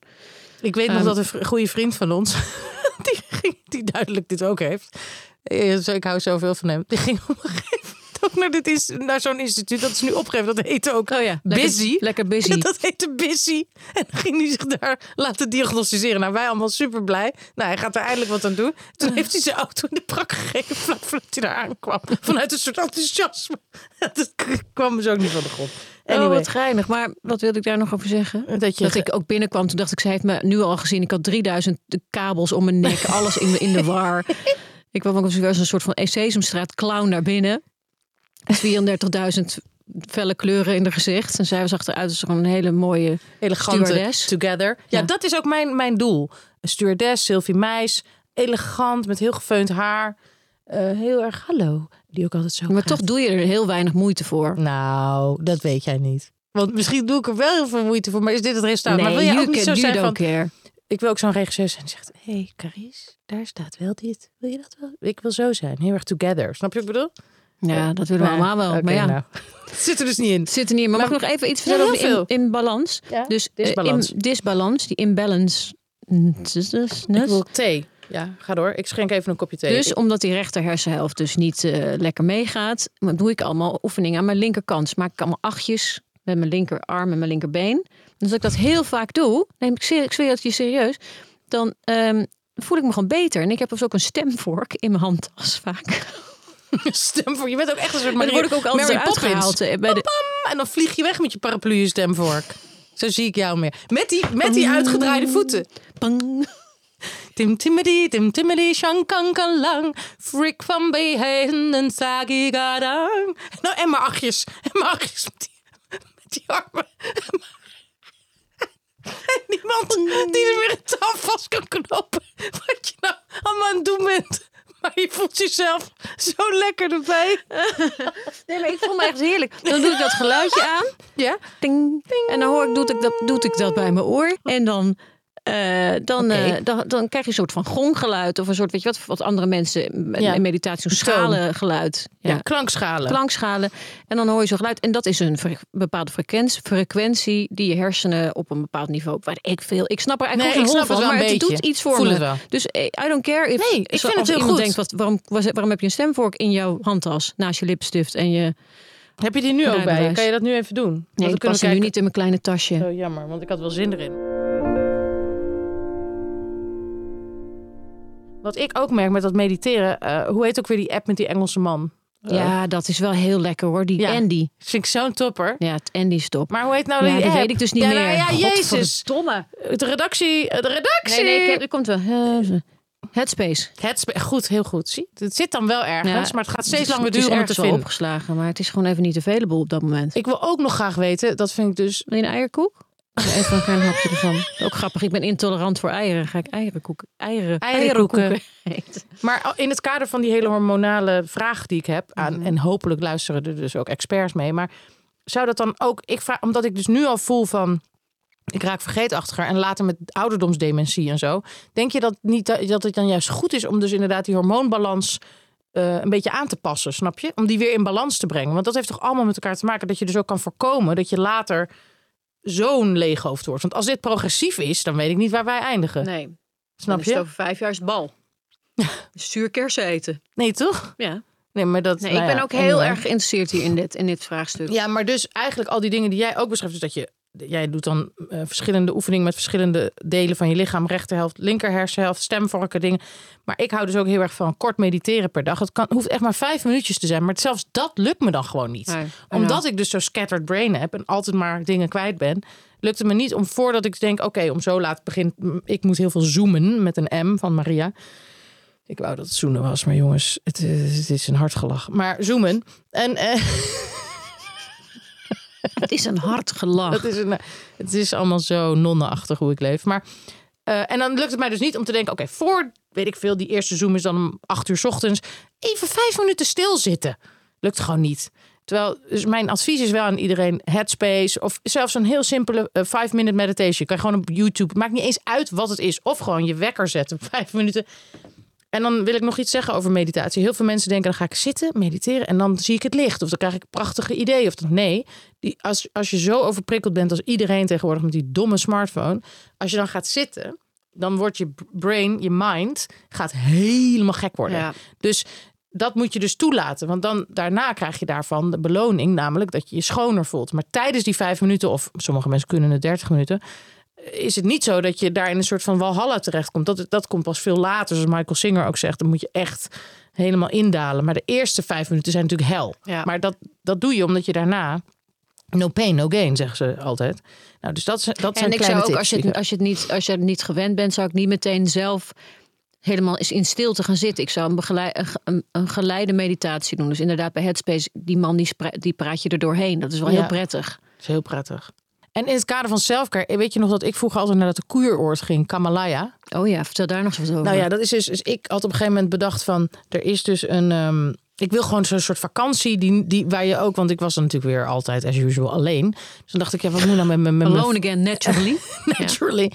Ik weet nog Ehm. dat een vri- goede vriend van ons, die, ging, die duidelijk dit ook heeft. Eh, zo- Ik hou zoveel van hem. Die ging op een gegeven moment ook naar, dit is, naar zo'n instituut. Dat is nu opgegeven. Dat heette ook Oh ja, lekker- Busy. lekker busy. Ja, dat heette Busy. En dan ging hij zich daar laten diagnosticeren. Nou, wij allemaal super blij. Nou, hij gaat er eindelijk wat aan doen. Toen heeft hij zijn auto in de prak gegeven. Vlak voordat hij daar aankwam. Vanuit een soort enthousiasme. Dat kwam dus ook niet van de grond. Oh, Anyway, wat geinig. Maar wat wilde ik daar nog over zeggen? dat je Dat ik ook binnenkwam, toen dacht ik, zij heeft me nu al gezien. Ik had 3000 kabels om mijn nek, alles in, in de war. Ik kwam ook als een soort van Sesamstraat clown naar binnen. 34.000 felle kleuren in haar gezicht. En zij was achteruit, dus gewoon een hele mooie elegante Stewardess. together. Ja, Ja. dat is ook mijn, mijn doel. Een stewardess, Sylvie Meis, elegant, met heel gefeund haar. Eh, heel erg hallo, die ook altijd zo Maar praat. toch doe je er heel weinig moeite voor. Nou, dat weet jij niet. Want misschien doe ik er wel heel veel moeite voor, maar is dit het resultaat? Nou, maar wil je ook niet zo zijn van... care. Ik wil ook zo'n regisseur zijn die zegt... Hé, hey, Carice, daar staat wel dit. Wil je dat wel? Ik wil zo zijn, heel erg together. Snap je wat ik bedoel? Ja, dat willen we allemaal wel. Oké, maar ja, nou. Het zit er dus niet in. het zit er niet in. Maar, Maar- mag ik nog even iets vertellen Ja, heel over de in, balans? Ja, Dus eh, disbalans. in- disbalans, die imbalance. Ik wil thee. Ja, ga door. Ik schenk even een kopje thee. Dus omdat die rechter hersenhelft dus niet eh, lekker meegaat, maar doe ik allemaal oefeningen aan mijn linkerkant. Dus maak ik allemaal achtjes met mijn linkerarm en mijn linkerbeen. Dus als ik dat heel vaak doe, neem ik, ser- ik zweer het je serieus, dan ehm, voel ik me gewoon beter. En ik heb dus ook een stemvork in mijn handtas vaak. stem voor. Je bent ook echt een soort Maar dan word ik ook altijd Mary eruit Poppins. gehaald, eh, bij de- Pam, en dan vlieg je weg met je paraplu stemvork. Zo zie ik jou meer. Met die, met die uitgedraaide voeten. Oh. Pang. Tim Timidi, Tim Timidi, Shankankalang. Frik van Behezen en Sagigadang. Nou, en maar achtjes. En maar achtjes met die, met die armen. Niemand die er weer een touw vast kan knopen. Wat je nou allemaal aan het doen bent. Maar je voelt jezelf zo lekker erbij. Nee, maar ik voel me echt heerlijk. Dan doe ik dat geluidje aan. Ja? Ting, En dan hoor ik, doet ik, dat, doet ik dat bij mijn oor. En dan, eh, dan, Oké. eh, dan, dan krijg je een soort van gonggeluid. Of een soort, weet je wat, wat andere mensen met- Ja. in meditatie, zo'n Toon. schalengeluid. Ja. Ja, klankschalen. Klankschalen. En dan hoor je zo'n geluid. En dat is een fre- bepaalde frequentie, frequentie die je hersenen op een bepaald niveau. Waar ik veel. Ik snap er eigenlijk Nee, ook geen ik hol snap van, het wel maar een het beetje. doet iets voor Voel me. het wel. Dus eh, I don't care if, Nee, ik zo- vind het als heel iemand goed. denkt, wat, waarom, was- waarom heb je een stemvork in jouw handtas naast je lipstift en je... Heb je die nu ook bij? je? Rijbewijs. Kan je dat nu even doen? Want Nee, dan kunnen dat past we nu kijken- niet in mijn kleine tasje. Oh, jammer, want ik had wel zin erin. Wat ik ook merk met dat mediteren, eh, hoe heet ook weer die app met die Engelse man? Ja, dat is wel heel lekker hoor. Die Oh. Ja. Andy. Vind ik zo'n topper. Ja, het Andy stop. Maar hoe heet nou ja, die dat app? weet ik dus niet ja, meer. Nou, ja, jezus. Godverdomme. De redactie, eh, de redactie. Nee, nee, ik- er komt wel. Eh, Headspace. Het spe- goed, heel goed. Zie, het zit dan wel ergens, Ja, maar het gaat steeds Het is- langer duren om het Het te is ergens wel vinden. opgeslagen, maar het is gewoon even niet available op dat moment. Ik wil ook nog graag weten, dat vind ik dus... Wil je een eierkoek? Even een klein hapje ervan. Ook grappig, ik ben intolerant voor eieren. Ga ik eierenkoeken, eieren, Eierenkoeken. eten? Maar in het kader van die hele hormonale vraag die ik heb aan, Mhm. en hopelijk luisteren er dus ook experts mee, maar zou dat dan ook, ik vraag, omdat ik dus nu al voel van, ik raak vergeetachtiger en later met ouderdomsdementie en zo, denk je dat niet dat- dat het dan juist goed is om dus inderdaad die hormoonbalans eh, een beetje aan te passen, snap je? Om die weer in balans te brengen, want dat heeft toch allemaal met elkaar te maken dat je dus ook kan voorkomen dat je later zo'n leeghoofd wordt. Want als dit progressief is, dan weet ik niet waar wij eindigen. Nee, snap je? over vijf jaar is bal. Zuur kersen eten. Nee, toch? Ja. Nee, maar dat. Nee, nou ik ben ja, ook heel anyway. erg geïnteresseerd hier in dit, in dit vraagstuk. Ja, maar dus eigenlijk al die dingen die jij ook beschrijft. Dus dat je, jij doet dan eh, verschillende oefeningen met verschillende delen van je lichaam. Rechterhelft, linker hersenhelft, stemvorken, dingen. Maar ik hou dus ook heel erg van kort mediteren per dag. Het kan, hoeft echt maar vijf minuutjes te zijn. Maar zelfs dat lukt me dan gewoon niet. Nee, Omdat ik dus zo scattered brain heb en altijd maar dingen kwijt ben. Lukt het me niet om voordat ik denk, oké, om zo laat begint. Ik moet heel veel zoomen met een M van Maria. Ik wou dat het zoenen was, maar jongens, het, is- het is een hard gelach. Maar zoomen. En eh, Het is een hard gelach. Dat is een, het is allemaal zo nonnenachtig hoe ik leef. Maar, eh, en dan lukt het mij dus niet om te denken: oké, voor weet ik veel, die eerste Zoom is dan om acht uur 's ochtends. Even vijf minuten stilzitten. Lukt gewoon niet. Terwijl, dus mijn advies is wel aan iedereen: headspace of zelfs een heel simpele eh, five-minute meditation. Kan je gewoon op YouTube. Maakt niet eens uit wat het is. Of gewoon je wekker zetten op vijf minuten. En dan wil ik nog iets zeggen over meditatie. Heel veel mensen denken, dan ga ik zitten, mediteren en dan zie ik het licht. Of dan krijg ik prachtige ideeën. Of dat, nee, die, als, als je zo overprikkeld bent als iedereen tegenwoordig met die domme smartphone. Als je dan gaat zitten, dan wordt je b- brain, je mind, gaat helemaal gek worden. Ja. Dus dat moet je dus toelaten. Want dan, daarna krijg je daarvan de beloning, namelijk dat je je schoner voelt. Maar tijdens die vijf minuten, of sommige mensen kunnen het 30 minuten, is het niet zo dat je daar in een soort van walhalla terechtkomt. Dat, dat komt pas veel later, zoals Michael Singer ook zegt. Dan moet je echt helemaal indalen. Maar de eerste vijf minuten zijn natuurlijk hel. Ja. Maar dat, dat doe je omdat je daarna... No pain, no gain, zeggen ze altijd. Nou, dus dat, zijn- dat zijn en ik kleine zou tips ook, als je, die het, als, je het niet, als je het niet gewend bent, zou ik niet meteen zelf helemaal eens in stilte gaan zitten. Ik zou een, begeleid, een, ge- een, een geleide meditatie doen. Dus inderdaad, bij Headspace, die man die, spra- die praat je er doorheen. Dat is wel Ja. heel prettig. Dat is heel prettig. En in het kader van selfcare, weet je nog dat ik vroeger altijd naar dat koeieroord ging, Kamalaya? Oh ja, vertel daar nog eens wat over. Nou ja, dat is dus, dus ik had op een gegeven moment bedacht van, er is dus een, ehm, ik wil gewoon zo'n soort vakantie die, die, waar je ook, want ik was dan natuurlijk weer altijd as usual alleen. Dus dan dacht ik, ja, wat moet ik nou met mijn... met mijn- Alone again, naturally. Naturally.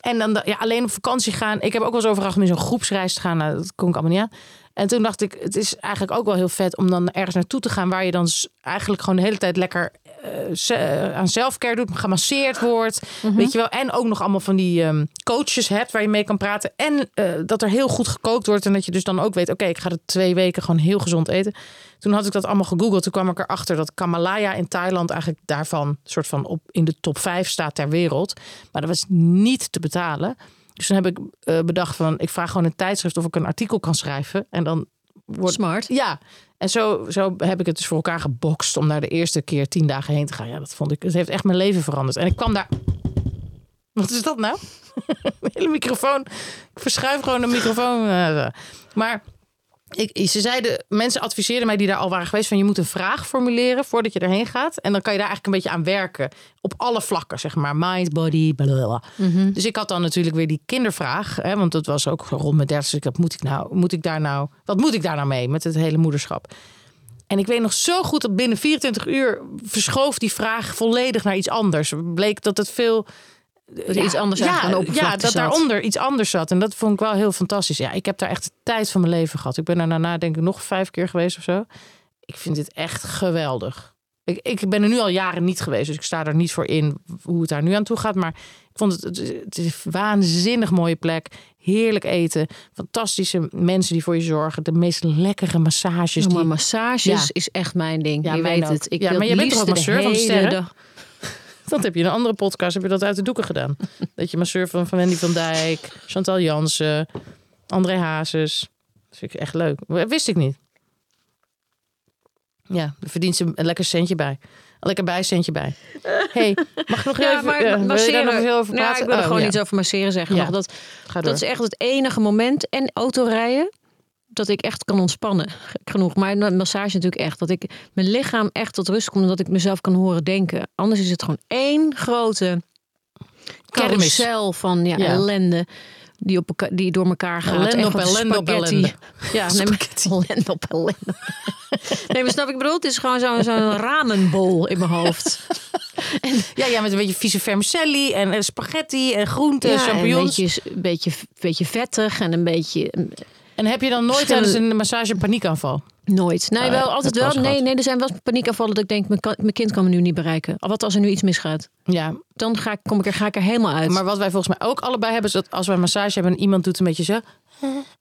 En dan da- ja, alleen op vakantie gaan. Ik heb ook wel eens overgedacht om in zo'n groepsreis te gaan. Nou, dat kon ik allemaal niet aan. En toen dacht ik, het is eigenlijk ook wel heel vet om dan ergens naartoe te gaan... waar je dan s- eigenlijk gewoon de hele tijd lekker eh, ze- eh, aan selfcare doet. Gemasseerd wordt, weet je wel. En ook nog allemaal van die ehm, coaches hebt waar je mee kan praten. En eh, dat er heel goed gekookt wordt. En dat je dus dan ook weet, oké, ik ga de twee weken gewoon heel gezond eten. Toen had ik dat allemaal gegoogeld. Toen kwam ik erachter dat Kamalaya in Thailand eigenlijk daarvan... soort van op, in de top 5 staat ter wereld. Maar dat was niet te betalen. Dus toen heb ik eh, bedacht van... ik vraag gewoon een tijdschrift of ik een artikel kan schrijven. En dan Ja. wordt... Smart. Ja, en zo, zo heb ik het dus voor elkaar gebokst... om daar de eerste keer tien dagen heen te gaan. Ja, dat vond ik... Het heeft echt mijn leven veranderd. En ik kwam daar... Wat is dat nou? Mijn hele microfoon. Ik verschuif gewoon de microfoon. eh, zo. Maar Ik, ze zeiden, mensen adviseerden mij die daar al waren geweest van je moet een vraag formuleren voordat je erheen gaat. En dan kan je daar eigenlijk een beetje aan werken. Op alle vlakken, zeg maar. Mind, body, blablabla. Dus ik had dan natuurlijk weer die kindervraag. Hè, want dat was ook rond mijn dertigste. Dat moet ik nou, moet ik daar nou, wat moet ik daar nou mee met het hele moederschap? En ik weet nog zo goed dat binnen 24 uur verschoof die vraag volledig naar iets anders. Bleek dat het veel Dat er iets anders ja, eigenlijk aan ja, de oppervlakte dat zat. daaronder iets anders zat. En dat vond ik wel heel fantastisch. Ja, ik heb daar echt de tijd van mijn leven gehad. Ik ben er daarna denk ik nog vijf keer geweest of zo. Ik vind dit echt geweldig. Ik, ik ben er nu al jaren niet geweest, dus ik sta er niet voor in hoe het daar nu aan toe gaat. Maar ik vond het, het, het is een waanzinnig mooie plek. Heerlijk eten. Fantastische mensen die voor je zorgen. De meest lekkere massages. Dus Ja, die... maar massages Ja. is echt mijn ding. Ja, je mijn weet ook. het. Ik Ja, wil maar jij het bent toch ook liefst de masseur van de hele sterren? dag- Dat heb je in een andere podcast, heb je dat uit de doeken gedaan. Dat je masseur van, van Wendy van Dijk, Chantal Jansen, André Hazes. Dat vind ik echt leuk. Wist ik niet. Ja, daar verdient ze een lekker centje bij. Een lekker bijcentje bij. hey, mag ik nog Ja, even... maar eh, wil je daar masseren. nog eens over Nou, praten? ik wil er Oh, gewoon ja. iets over masseren zeggen. Ja. nog. Dat, Ga door. dat is echt het enige moment. En autorijden. Dat ik echt kan ontspannen. Gek Genoeg. Maar een massage natuurlijk echt. Dat ik mijn lichaam echt tot rust komt. En dat ik mezelf kan horen denken. Anders is het gewoon één grote Kermis. carousel van ja, Ja. ellende. Die, op, elka- die door elkaar gaat. Ellende Echt op wat ellende op spaghetti. ellende. Ja, nee, maar, ellende op ellende. Nee, maar snap ik bedoel? Het is gewoon zo'n zo'n ramenbol in mijn hoofd. Ja, ja, met een beetje vieze vermicelli en eh, spaghetti en groenten en en Een champignons. beetje, een beetje, beetje vettig en een beetje... mm, En heb je dan nooit tijdens een massage een paniekaanval? Nooit. Nee, Ah, wel, ja, altijd dat was wel. er Nee, wat. nee, er zijn wel eens paniekaanvallen dat ik denk, mijn, ka- mijn kind kan me nu niet bereiken. Al Wat als er nu iets misgaat? Ja, Dan ga ik, kom ik er, ga ik er helemaal uit. maar wat wij volgens mij ook allebei hebben... is dat als we een massage hebben en iemand doet een beetje zo...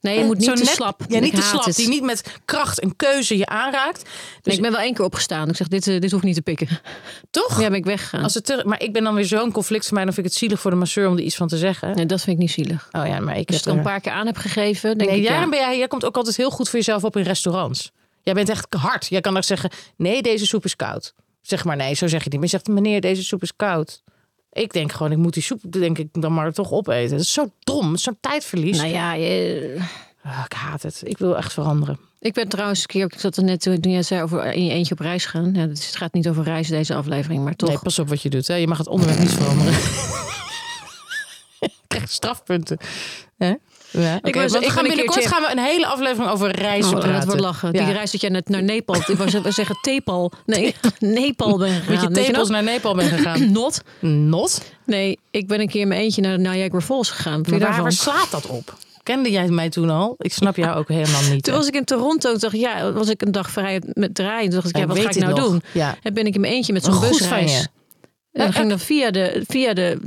nee, je moet niet Zo te net- slap. Ja, niet Ik te haat slap. het. Die niet met kracht en keuze je aanraakt. Dus ik ben wel één keer opgestaan. Ik zeg, dit, eh, dit hoeft niet te pikken. Toch? Ja, ben ik weggegaan. Als het te- maar ik ben dan weer zo'n conflict voor mij. Dan vind ik het zielig voor de masseur om er iets van te zeggen. Nee, dat vind ik niet zielig. Oh ja, maar ik Als heb je het al een er- paar keer aan hebt gegeven, denk Nee, ik, ja. daarom ben jij, jij komt ook altijd heel goed voor jezelf op in restaurants. Jij bent echt hard. Jij kan ook zeggen, nee, deze soep is koud. Zeg maar nee, zo zeg je niet. Maar je zegt, meneer, deze soep is koud. Ik denk gewoon, ik moet die soep denk ik, dan maar toch opeten. Dat is zo dom, dat is zo'n tijdverlies. Nou ja, je- Ah, ik haat het. Ik wil echt veranderen. Ik ben trouwens een keer, ik zat er net toen toen jij zei over in je eentje op reis gaan. Ja, dus het gaat niet over reis deze aflevering, maar toch. Nee, pas op wat je doet. Hè. Je mag het onderwerp niet veranderen. Je krijgt strafpunten. Hè? Ja, oké, want was- we ik ben gaan een binnenkort keertje- gaan we een hele aflevering over reizen Oh, dat praten. wordt lachen. Ja. Die reis dat jij net naar Nepal, ik wou ze- zeggen Tepal. Nee, Nepal ben gegaan. Met je Weet je tepels nog? naar Nepal bent gegaan. Not. Not? Nee, ik ben een keer in mijn eentje naar Niagara Falls gegaan. Vind je Maar waar, daarvan? waar slaat dat op? Kende jij mij toen al? Ik snap jou ook helemaal niet. Toen hè. was ik in Toronto, toen dacht ik, ja, was ik een dag vrij met draaien. Toen dacht ik, ja, Ik wat weet ga ik het nou nog. doen? Ja. En ben ik in mijn eentje met Wat zo'n goed van busreis. je. Eh, En dan ging dan via de, via de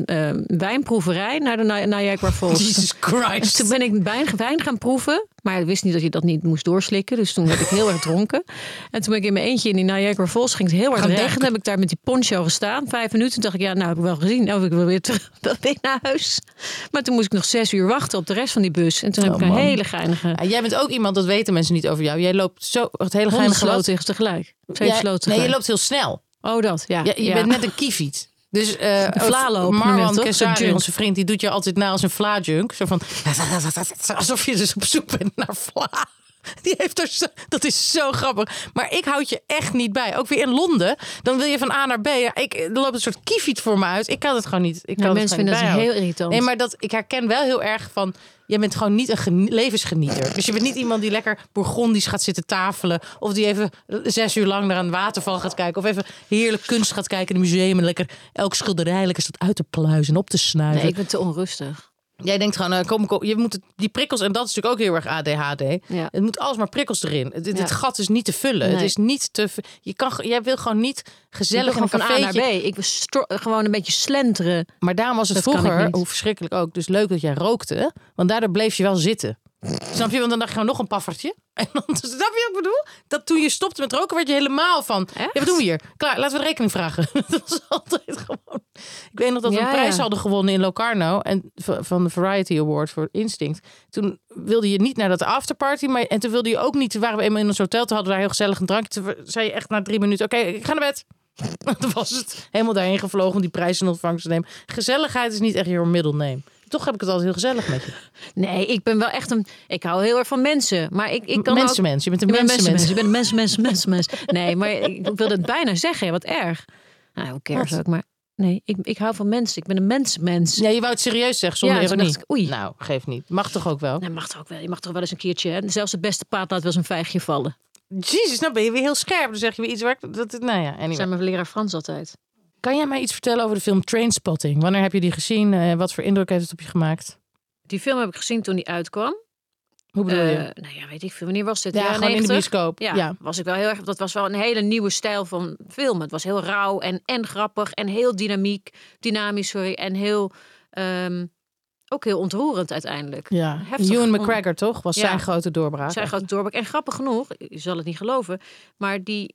eh, wijnproeverij naar de Ni- Niagara Falls. Jesus Dus Christ. toen ben ik wijn, wijn gaan proeven. Maar ik wist niet dat je dat niet moest doorslikken. Dus toen werd ik heel erg dronken. En toen ben ik in mijn eentje in die Niagara Falls. Ging het heel hard Gaan regenen. duiken. heb ik daar met die poncho gestaan. Vijf minuten. Toen dacht ik, ja, nou heb ik wel gezien. Nou, ik wil weer terug wel weer naar huis. Maar toen moest ik nog zes uur wachten op de rest van die bus. En toen heb Oh, ik een man. hele geinige... Ja, jij bent ook iemand, dat weten mensen niet over jou. Jij loopt zo, het hele Honderd geinige sloten land. tegen tegelijk. Twee Jij- sloten Nee, je tegelijk. loopt heel snel. Oh, dat, ja. Ja, je ja. bent net een kiefiet. Dus eh vlaloop noem je dat Marwan toch? Zo'n Kessari, junk. onze vriend, die doet je altijd na als een vla-junk. Zo van, alsof je dus op zoek bent naar vla. Die heeft er zo, dat is zo grappig. Maar ik houd je echt niet bij. Ook weer in Londen, dan wil je van A naar B. Ja, ik, er loopt een soort kiefiet voor me uit. Ik kan het gewoon niet. Ik kan Ja, het mensen gewoon vinden niet dat bijhouden. heel irritant. Nee, maar dat, ik herken wel heel erg van... Jij bent gewoon niet een geni- levensgenieter. Dus je bent niet iemand die lekker bourgondisch gaat zitten tafelen. Of die even zes uur lang naar een waterval gaat kijken. Of even heerlijk kunst gaat kijken in een museum. En lekker elk schilderij lekker staat uit te pluizen en op te snuiven. Nee, ik ben te onrustig. Jij denkt gewoon, eh, kom, kom, je moet het- die prikkels... En dat is natuurlijk ook heel erg ADHD. Ja. Het moet alles maar prikkels erin. Het, het Ja. gat is niet te vullen. Het Nee. is niet te... vu- Je kan, ge- jij wil gewoon niet Ik ben gezellig in gewoon een van A naar B. cafeetje Ik was stro- gewoon een beetje slenteren. Maar daarom was het Dat kan ik vroeger, niet. hoe verschrikkelijk ook, dus leuk dat jij rookte. Want daardoor bleef je wel zitten. Snap je? Want dan dacht je gewoon nog een paffertje. En dan, snap je wat ik bedoel? Dat toen je stopte met roken, werd je helemaal van... Ja, wat doen we hier? Klaar, laten we de rekening vragen. Dat was altijd gewoon... Ik weet nog dat we Ja, een prijs ja. hadden gewonnen in Locarno. En v- van de Variety Award voor Instinct. Toen wilde je niet naar dat afterparty. Maar, en toen wilde je ook niet... Toen waren we eenmaal in ons hotel. Toen hadden we daar heel gezellig een drankje. Toen zei je echt na drie minuten... Oké, ik ga naar bed. Dat was het. Helemaal daarheen gevlogen om die prijs in ontvangst te nemen. Gezelligheid is niet echt your middle name. Toch heb ik het altijd heel gezellig met je. Nee, ik ben wel echt een. Ik hou heel erg van mensen. Maar ik, ik kan mensen, ook. mensen. Je bent Ik een ben mensenmens. mensenmens. Ik ben mens, mens, mens, mens. Nee, maar ik wil het bijna zeggen. Wat erg. Nou, hoe cares Wat? ook. Maar nee, ik, ik hou van mensen. Ik ben een mensenmens. Ja, je wou het serieus zeggen, zonder Ja, toen ironie. dacht ik, oei. Nou, geeft niet. Mag toch ook wel? Nee, mag toch ook wel. Je mag toch wel eens een keertje. Hè? Zelfs het beste paard laat wel eens een vijgje vallen. Jezus, nou ben je weer heel scherp. Dan zeg je weer iets waar ik... Dat, nou ja, anyway. Zijn mijn leraar Frans altijd. Kan jij mij iets vertellen over de film Trainspotting? Wanneer heb je die gezien? Eh, wat voor indruk heeft het op je gemaakt? Die film heb ik gezien toen die uitkwam. Hoe bedoel je? Eh, nou ja, weet ik veel. Wanneer was dit? Ja, Jaren gewoon in de 90? bioscoop. Ja, Ja. Was ik wel heel erg, dat was wel een hele nieuwe stijl van filmen. Het was heel rauw en, en grappig en heel dynamiek, dynamisch sorry, en heel, ehm, ook heel ontroerend uiteindelijk. ja. Heftig. Ewan On- McGregor, toch? Was Ja. zijn grote doorbraak. Zij gaat doorbraak. En grappig genoeg, je zal het niet geloven, maar die,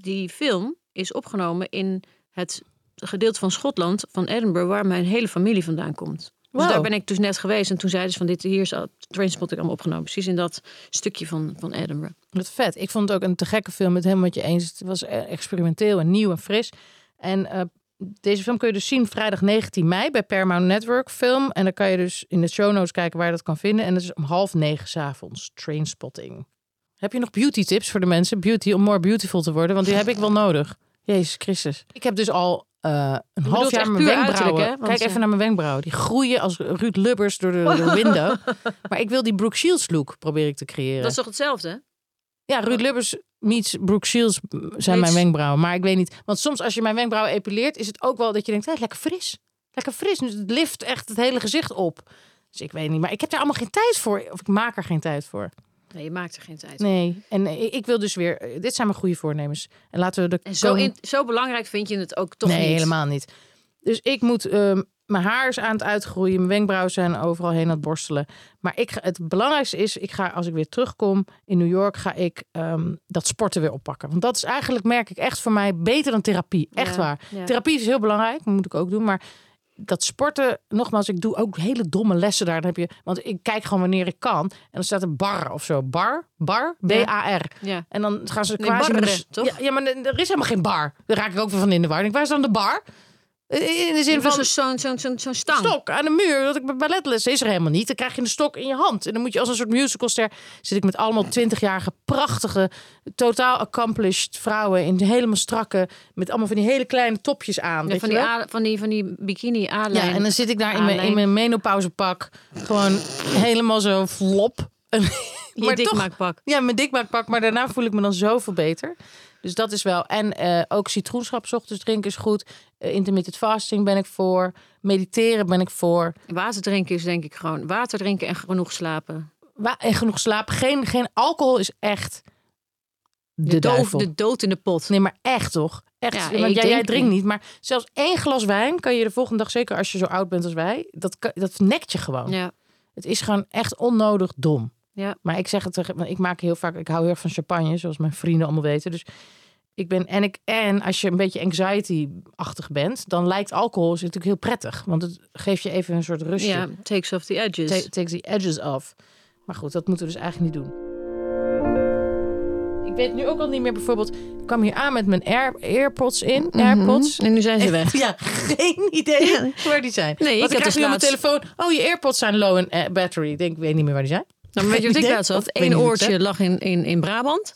die film is opgenomen in het gedeelte van Schotland, van Edinburgh, waar mijn hele familie vandaan komt. Wauw. Dus daar ben ik dus net geweest en toen zeiden ze van dit hier is al Trainspotting allemaal opgenomen. Precies in dat stukje van, van Edinburgh. Wat vet. Ik vond het ook een te gekke film. Het helemaal met je eens. Het was eh, experimenteel en nieuw en fris. En eh, deze film kun je dus zien vrijdag 19 mei bij Paramount Network Film. En dan kan je dus in de show notes kijken waar je dat kan vinden. En dat is om half negen s'avonds. Trainspotting. Heb je nog beauty tips voor de mensen? Beauty om more beautiful te worden. Want die heb ik wel nodig. Jezus Christus. Ik heb dus al eh, een half bedoelt jaar echt mijn puur wenkbrauwen. uiterlijk, hè? Want, Kijk even eh, naar mijn wenkbrauwen. Die groeien als Ruud Lubbers door de, door de window. maar ik wil die Brooke Shields look probeer ik te creëren. Dat is toch hetzelfde? Ja, Ruud Lubbers meets Brooke Shields m, zijn Meets- mijn wenkbrauwen. Maar ik weet niet. Want soms als je mijn wenkbrauwen epileert, is het ook wel dat je denkt, hé, lekker fris. Lekker fris. Dus het lift echt het hele gezicht op. Dus ik weet niet. Maar ik heb daar allemaal geen tijd voor. Of ik maak er geen tijd voor. Nee, je maakt er geen tijd voor. Nee. En eh, ik wil dus weer... eh, Dit zijn mijn goede voornemens. En laten we de... En zo, komende- in, zo belangrijk vind je het ook toch nee, niet. helemaal niet. Dus ik moet... ehm, mijn haar is aan het uitgroeien. Mijn wenkbrauwen zijn overal heen aan het borstelen. Maar ik ga, het belangrijkste is, ik ga, als ik weer terugkom in New York... ga ik ehm, dat sporten weer oppakken. Want dat is eigenlijk, merk ik echt voor mij, beter dan therapie. Echt Ja, waar. ja. Therapie is heel belangrijk, dat moet ik ook doen. Maar dat sporten, nogmaals, ik doe ook hele domme lessen daar. Dan heb je, want ik kijk gewoon wanneer ik kan. En dan staat er bar of zo. Bar, bar, Ja. B-A-R. Ja. En dan gaan ze Nee, quasi... met barren, een s- toch? Ja, ja, maar er er is helemaal geen bar. Daar raak ik ook weer van in de war. Ik Denk, waar is dan de bar? In de zin Dus van zo'n zo'n zo'n zo'n stang. stok aan de muur. Dat ik bij balletlessen is er helemaal niet. Dan krijg je een stok in je hand. En dan moet je als een soort musicalster... zit ik met allemaal twintigjarige, prachtige... totaal accomplished vrouwen... in helemaal strakke... met allemaal van die hele kleine topjes aan. Ja, weet van, je die wel? A- van, die, van die bikini A-lijn. Ja, en dan zit ik daar in mijn, in A-lijn. mijn menopauzepak... gewoon helemaal zo flop. En- je maar toch- dikmaakpak. Ja, mijn dikmaakpak, maar daarna voel ik me dan zoveel beter. Dus dat is wel. En eh, ook citroensap 's ochtends drinken is goed. Eh, intermittent fasting ben ik voor. Mediteren ben ik voor. Water drinken is denk ik gewoon water drinken en genoeg slapen. Wa- en genoeg slaap. Geen, geen alcohol is echt de, doof- duivel. de dood in de pot. Nee, maar echt toch? Echt. Ja, Want ik jij, jij denk drinkt niet. niet. Maar zelfs één glas wijn kan je de volgende dag, zeker als je zo oud bent als wij, dat, kan- dat nekt je gewoon. Ja, Het is gewoon echt onnodig dom. Ja. Maar ik zeg het tegen, want ik maak heel vaak, ik hou heel erg van champagne, zoals mijn vrienden allemaal weten. Dus ik ben en ik en als je een beetje anxiety-achtig bent, dan lijkt alcohol is natuurlijk heel prettig, want het geeft Dus je even een soort rustje. ja takes off the edges. Ta- Takes the edges off. Maar goed, dat moeten we dus eigenlijk niet doen. Ik weet nu ook al niet meer bijvoorbeeld. Ik kwam hier aan met mijn Air, AirPods in. Mhm. AirPods. En nu zijn ze weg. Ja, geen idee waar die zijn. Nee, ik Want had ik krijg dus nu op mijn laatst- telefoon. Oh, je AirPods zijn low in eh, battery. Ik denk, ik weet niet meer waar die zijn. Nou, maar weet je wat ik idee. laatst Of had? ik weet Eén niet hoe het oortje lag in, in, in Brabant.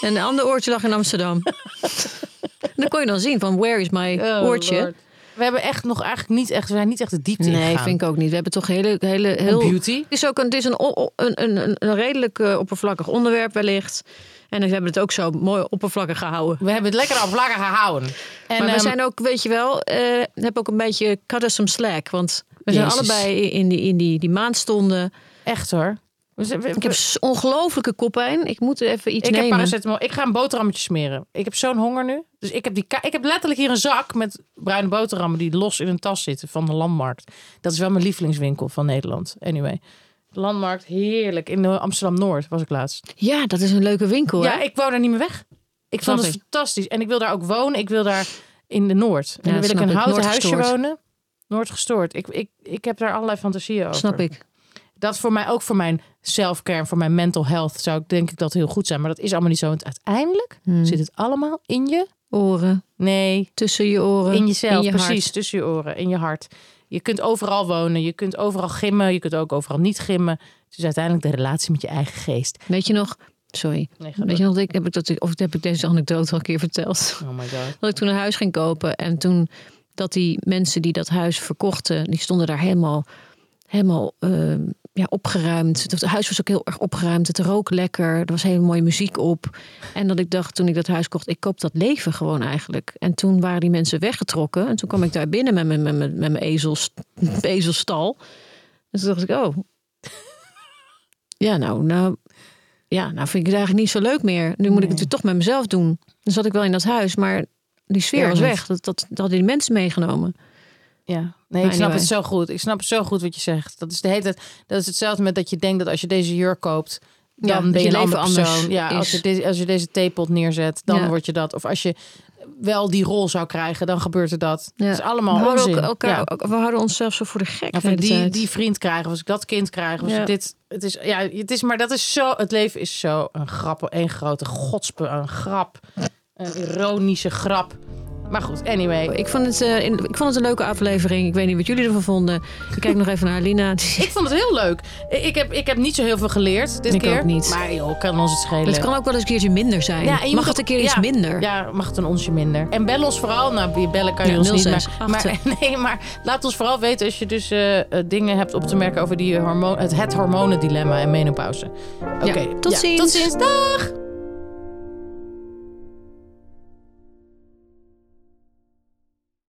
en een ander oortje lag in Amsterdam. En dan kon je dan zien van where is my oortje. Oh, We hebben echt nog eigenlijk niet echt, we zijn niet echt de diepte in. Nee, vind ik ook niet. We hebben toch hele, hele, heel... beauty. Het is ook een, het is een, o- o- een, een, een- een redelijk eh, oppervlakkig onderwerp wellicht. En we hebben het ook zo mooi oppervlakkig gehouden. We hebben het lekker af langer gehouden. En maar ehm, we zijn ook, weet je wel, eh heb ook een beetje cut us some slack. Want we Jezus. zijn allebei in die, in die, die maand stonden. echt hoor. We zijn- we- Ik heb s- ongelofelijke koppijn. Ik moet even iets ik heb nemen. paracetamol. Ik ga een boterhammetje smeren. Ik heb zo'n honger nu. Dus ik heb, die ka- ik heb letterlijk hier een zak met bruine boterhammen die los in een tas zitten van de Landmarkt. Dat is wel mijn lievelingswinkel van Nederland. Anyway. Landmarkt, heerlijk. In eh, Amsterdam-Noord was ik laatst. ja, dat is een leuke winkel. Ja, hè? ik wou daar niet meer weg. Ik Snap vond het ik. fantastisch. En ik wil daar ook wonen. Ik wil daar in de Noord. En Ja, dan wil ik snap een ik. houten Noord huisje gestoord. wonen. Noord gestoord. Ik, ik, ik heb daar allerlei fantasieën over. Snap ik. Dat voor mij ook voor mijn self-care, en voor mijn mental health zou ik denk ik dat heel goed zijn. Maar dat is allemaal niet zo. Want uiteindelijk Hmm. zit het allemaal in je. Oren, Nee, tussen je oren. in jezelf. in je hart. precies, tussen je oren, in je hart. Je kunt overal wonen, je kunt overal gimmen, je kunt ook overal niet gimmen. Dus uiteindelijk de relatie met je eigen geest. Weet je nog, sorry, Nee, ga weet je nog, dat ik, heb ik dat, of heb ik deze anekdote al een keer verteld? door. Oh my god. Dat ik toen een huis ging kopen en toen dat die mensen die dat huis verkochten, die stonden daar helemaal, helemaal ehm, ja, opgeruimd. Het huis was ook heel erg opgeruimd, het rook lekker, er was hele mooie muziek op. En dat ik dacht toen ik dat huis kocht, ik koop dat leven gewoon eigenlijk. En toen waren die mensen weggetrokken en toen kwam ik daar binnen met mijn, met mijn, met mijn ezels, ezelstal. En toen dacht ik, oh, ja nou, nou, ja, nou vind ik het eigenlijk niet zo leuk meer. Nu moet ik het Nee. weer toch met mezelf doen. Dan zat ik wel in dat huis, maar die sfeer Ja, was niet. weg. Dat, dat, dat hadden die mensen meegenomen. Ja, nee, ik snap anyway. het zo goed. Ik snap het zo goed wat je zegt. Dat is de hele tijd. Dat is hetzelfde met dat je denkt dat als je deze jurk koopt, dan Ja, dat ben je je een leven andere persoon. anders Ja, als is. je, deze, als je deze theepot neerzet, dan Ja. word je dat. Of als je wel die rol zou krijgen, dan gebeurt er dat. Ja. Het is allemaal we, houden onzin. ook elkaar, Nou, Ja. ook- we houden onszelf zo voor de gek. Of de ik hele die, tijd. die vriend krijgen, of als ik dat kind krijg, of als Ja. ik dit. Het is, ja, het is, maar dat is zo. Het leven is zo een grap, een grote godspe, een grap, een ironische grap. Maar goed, anyway. Ik vond, het, eh, in- ik vond het een leuke aflevering. Ik weet niet wat jullie ervan vonden. Ik kijk nog even naar Alina. Ik vond het heel leuk. Ik heb, ik heb niet zo heel veel geleerd dit Ik keer. ook niet. Maar joh, kan ons het schelen. Het kan ook wel eens een keertje minder zijn. Ja, en je Mag moet het een ook- keer iets ja. minder? Ja, mag het een onsje minder. En bel ons vooral. Nou, bellen kan je Ja, ons niet. 06 Maar, maar, nee, maar laat ons vooral weten als je dus eh, eh, dingen hebt op te merken over die hormoon, het, het hormonendilemma en menopauze. Oké, tot ziens. Tot ziens. Dag!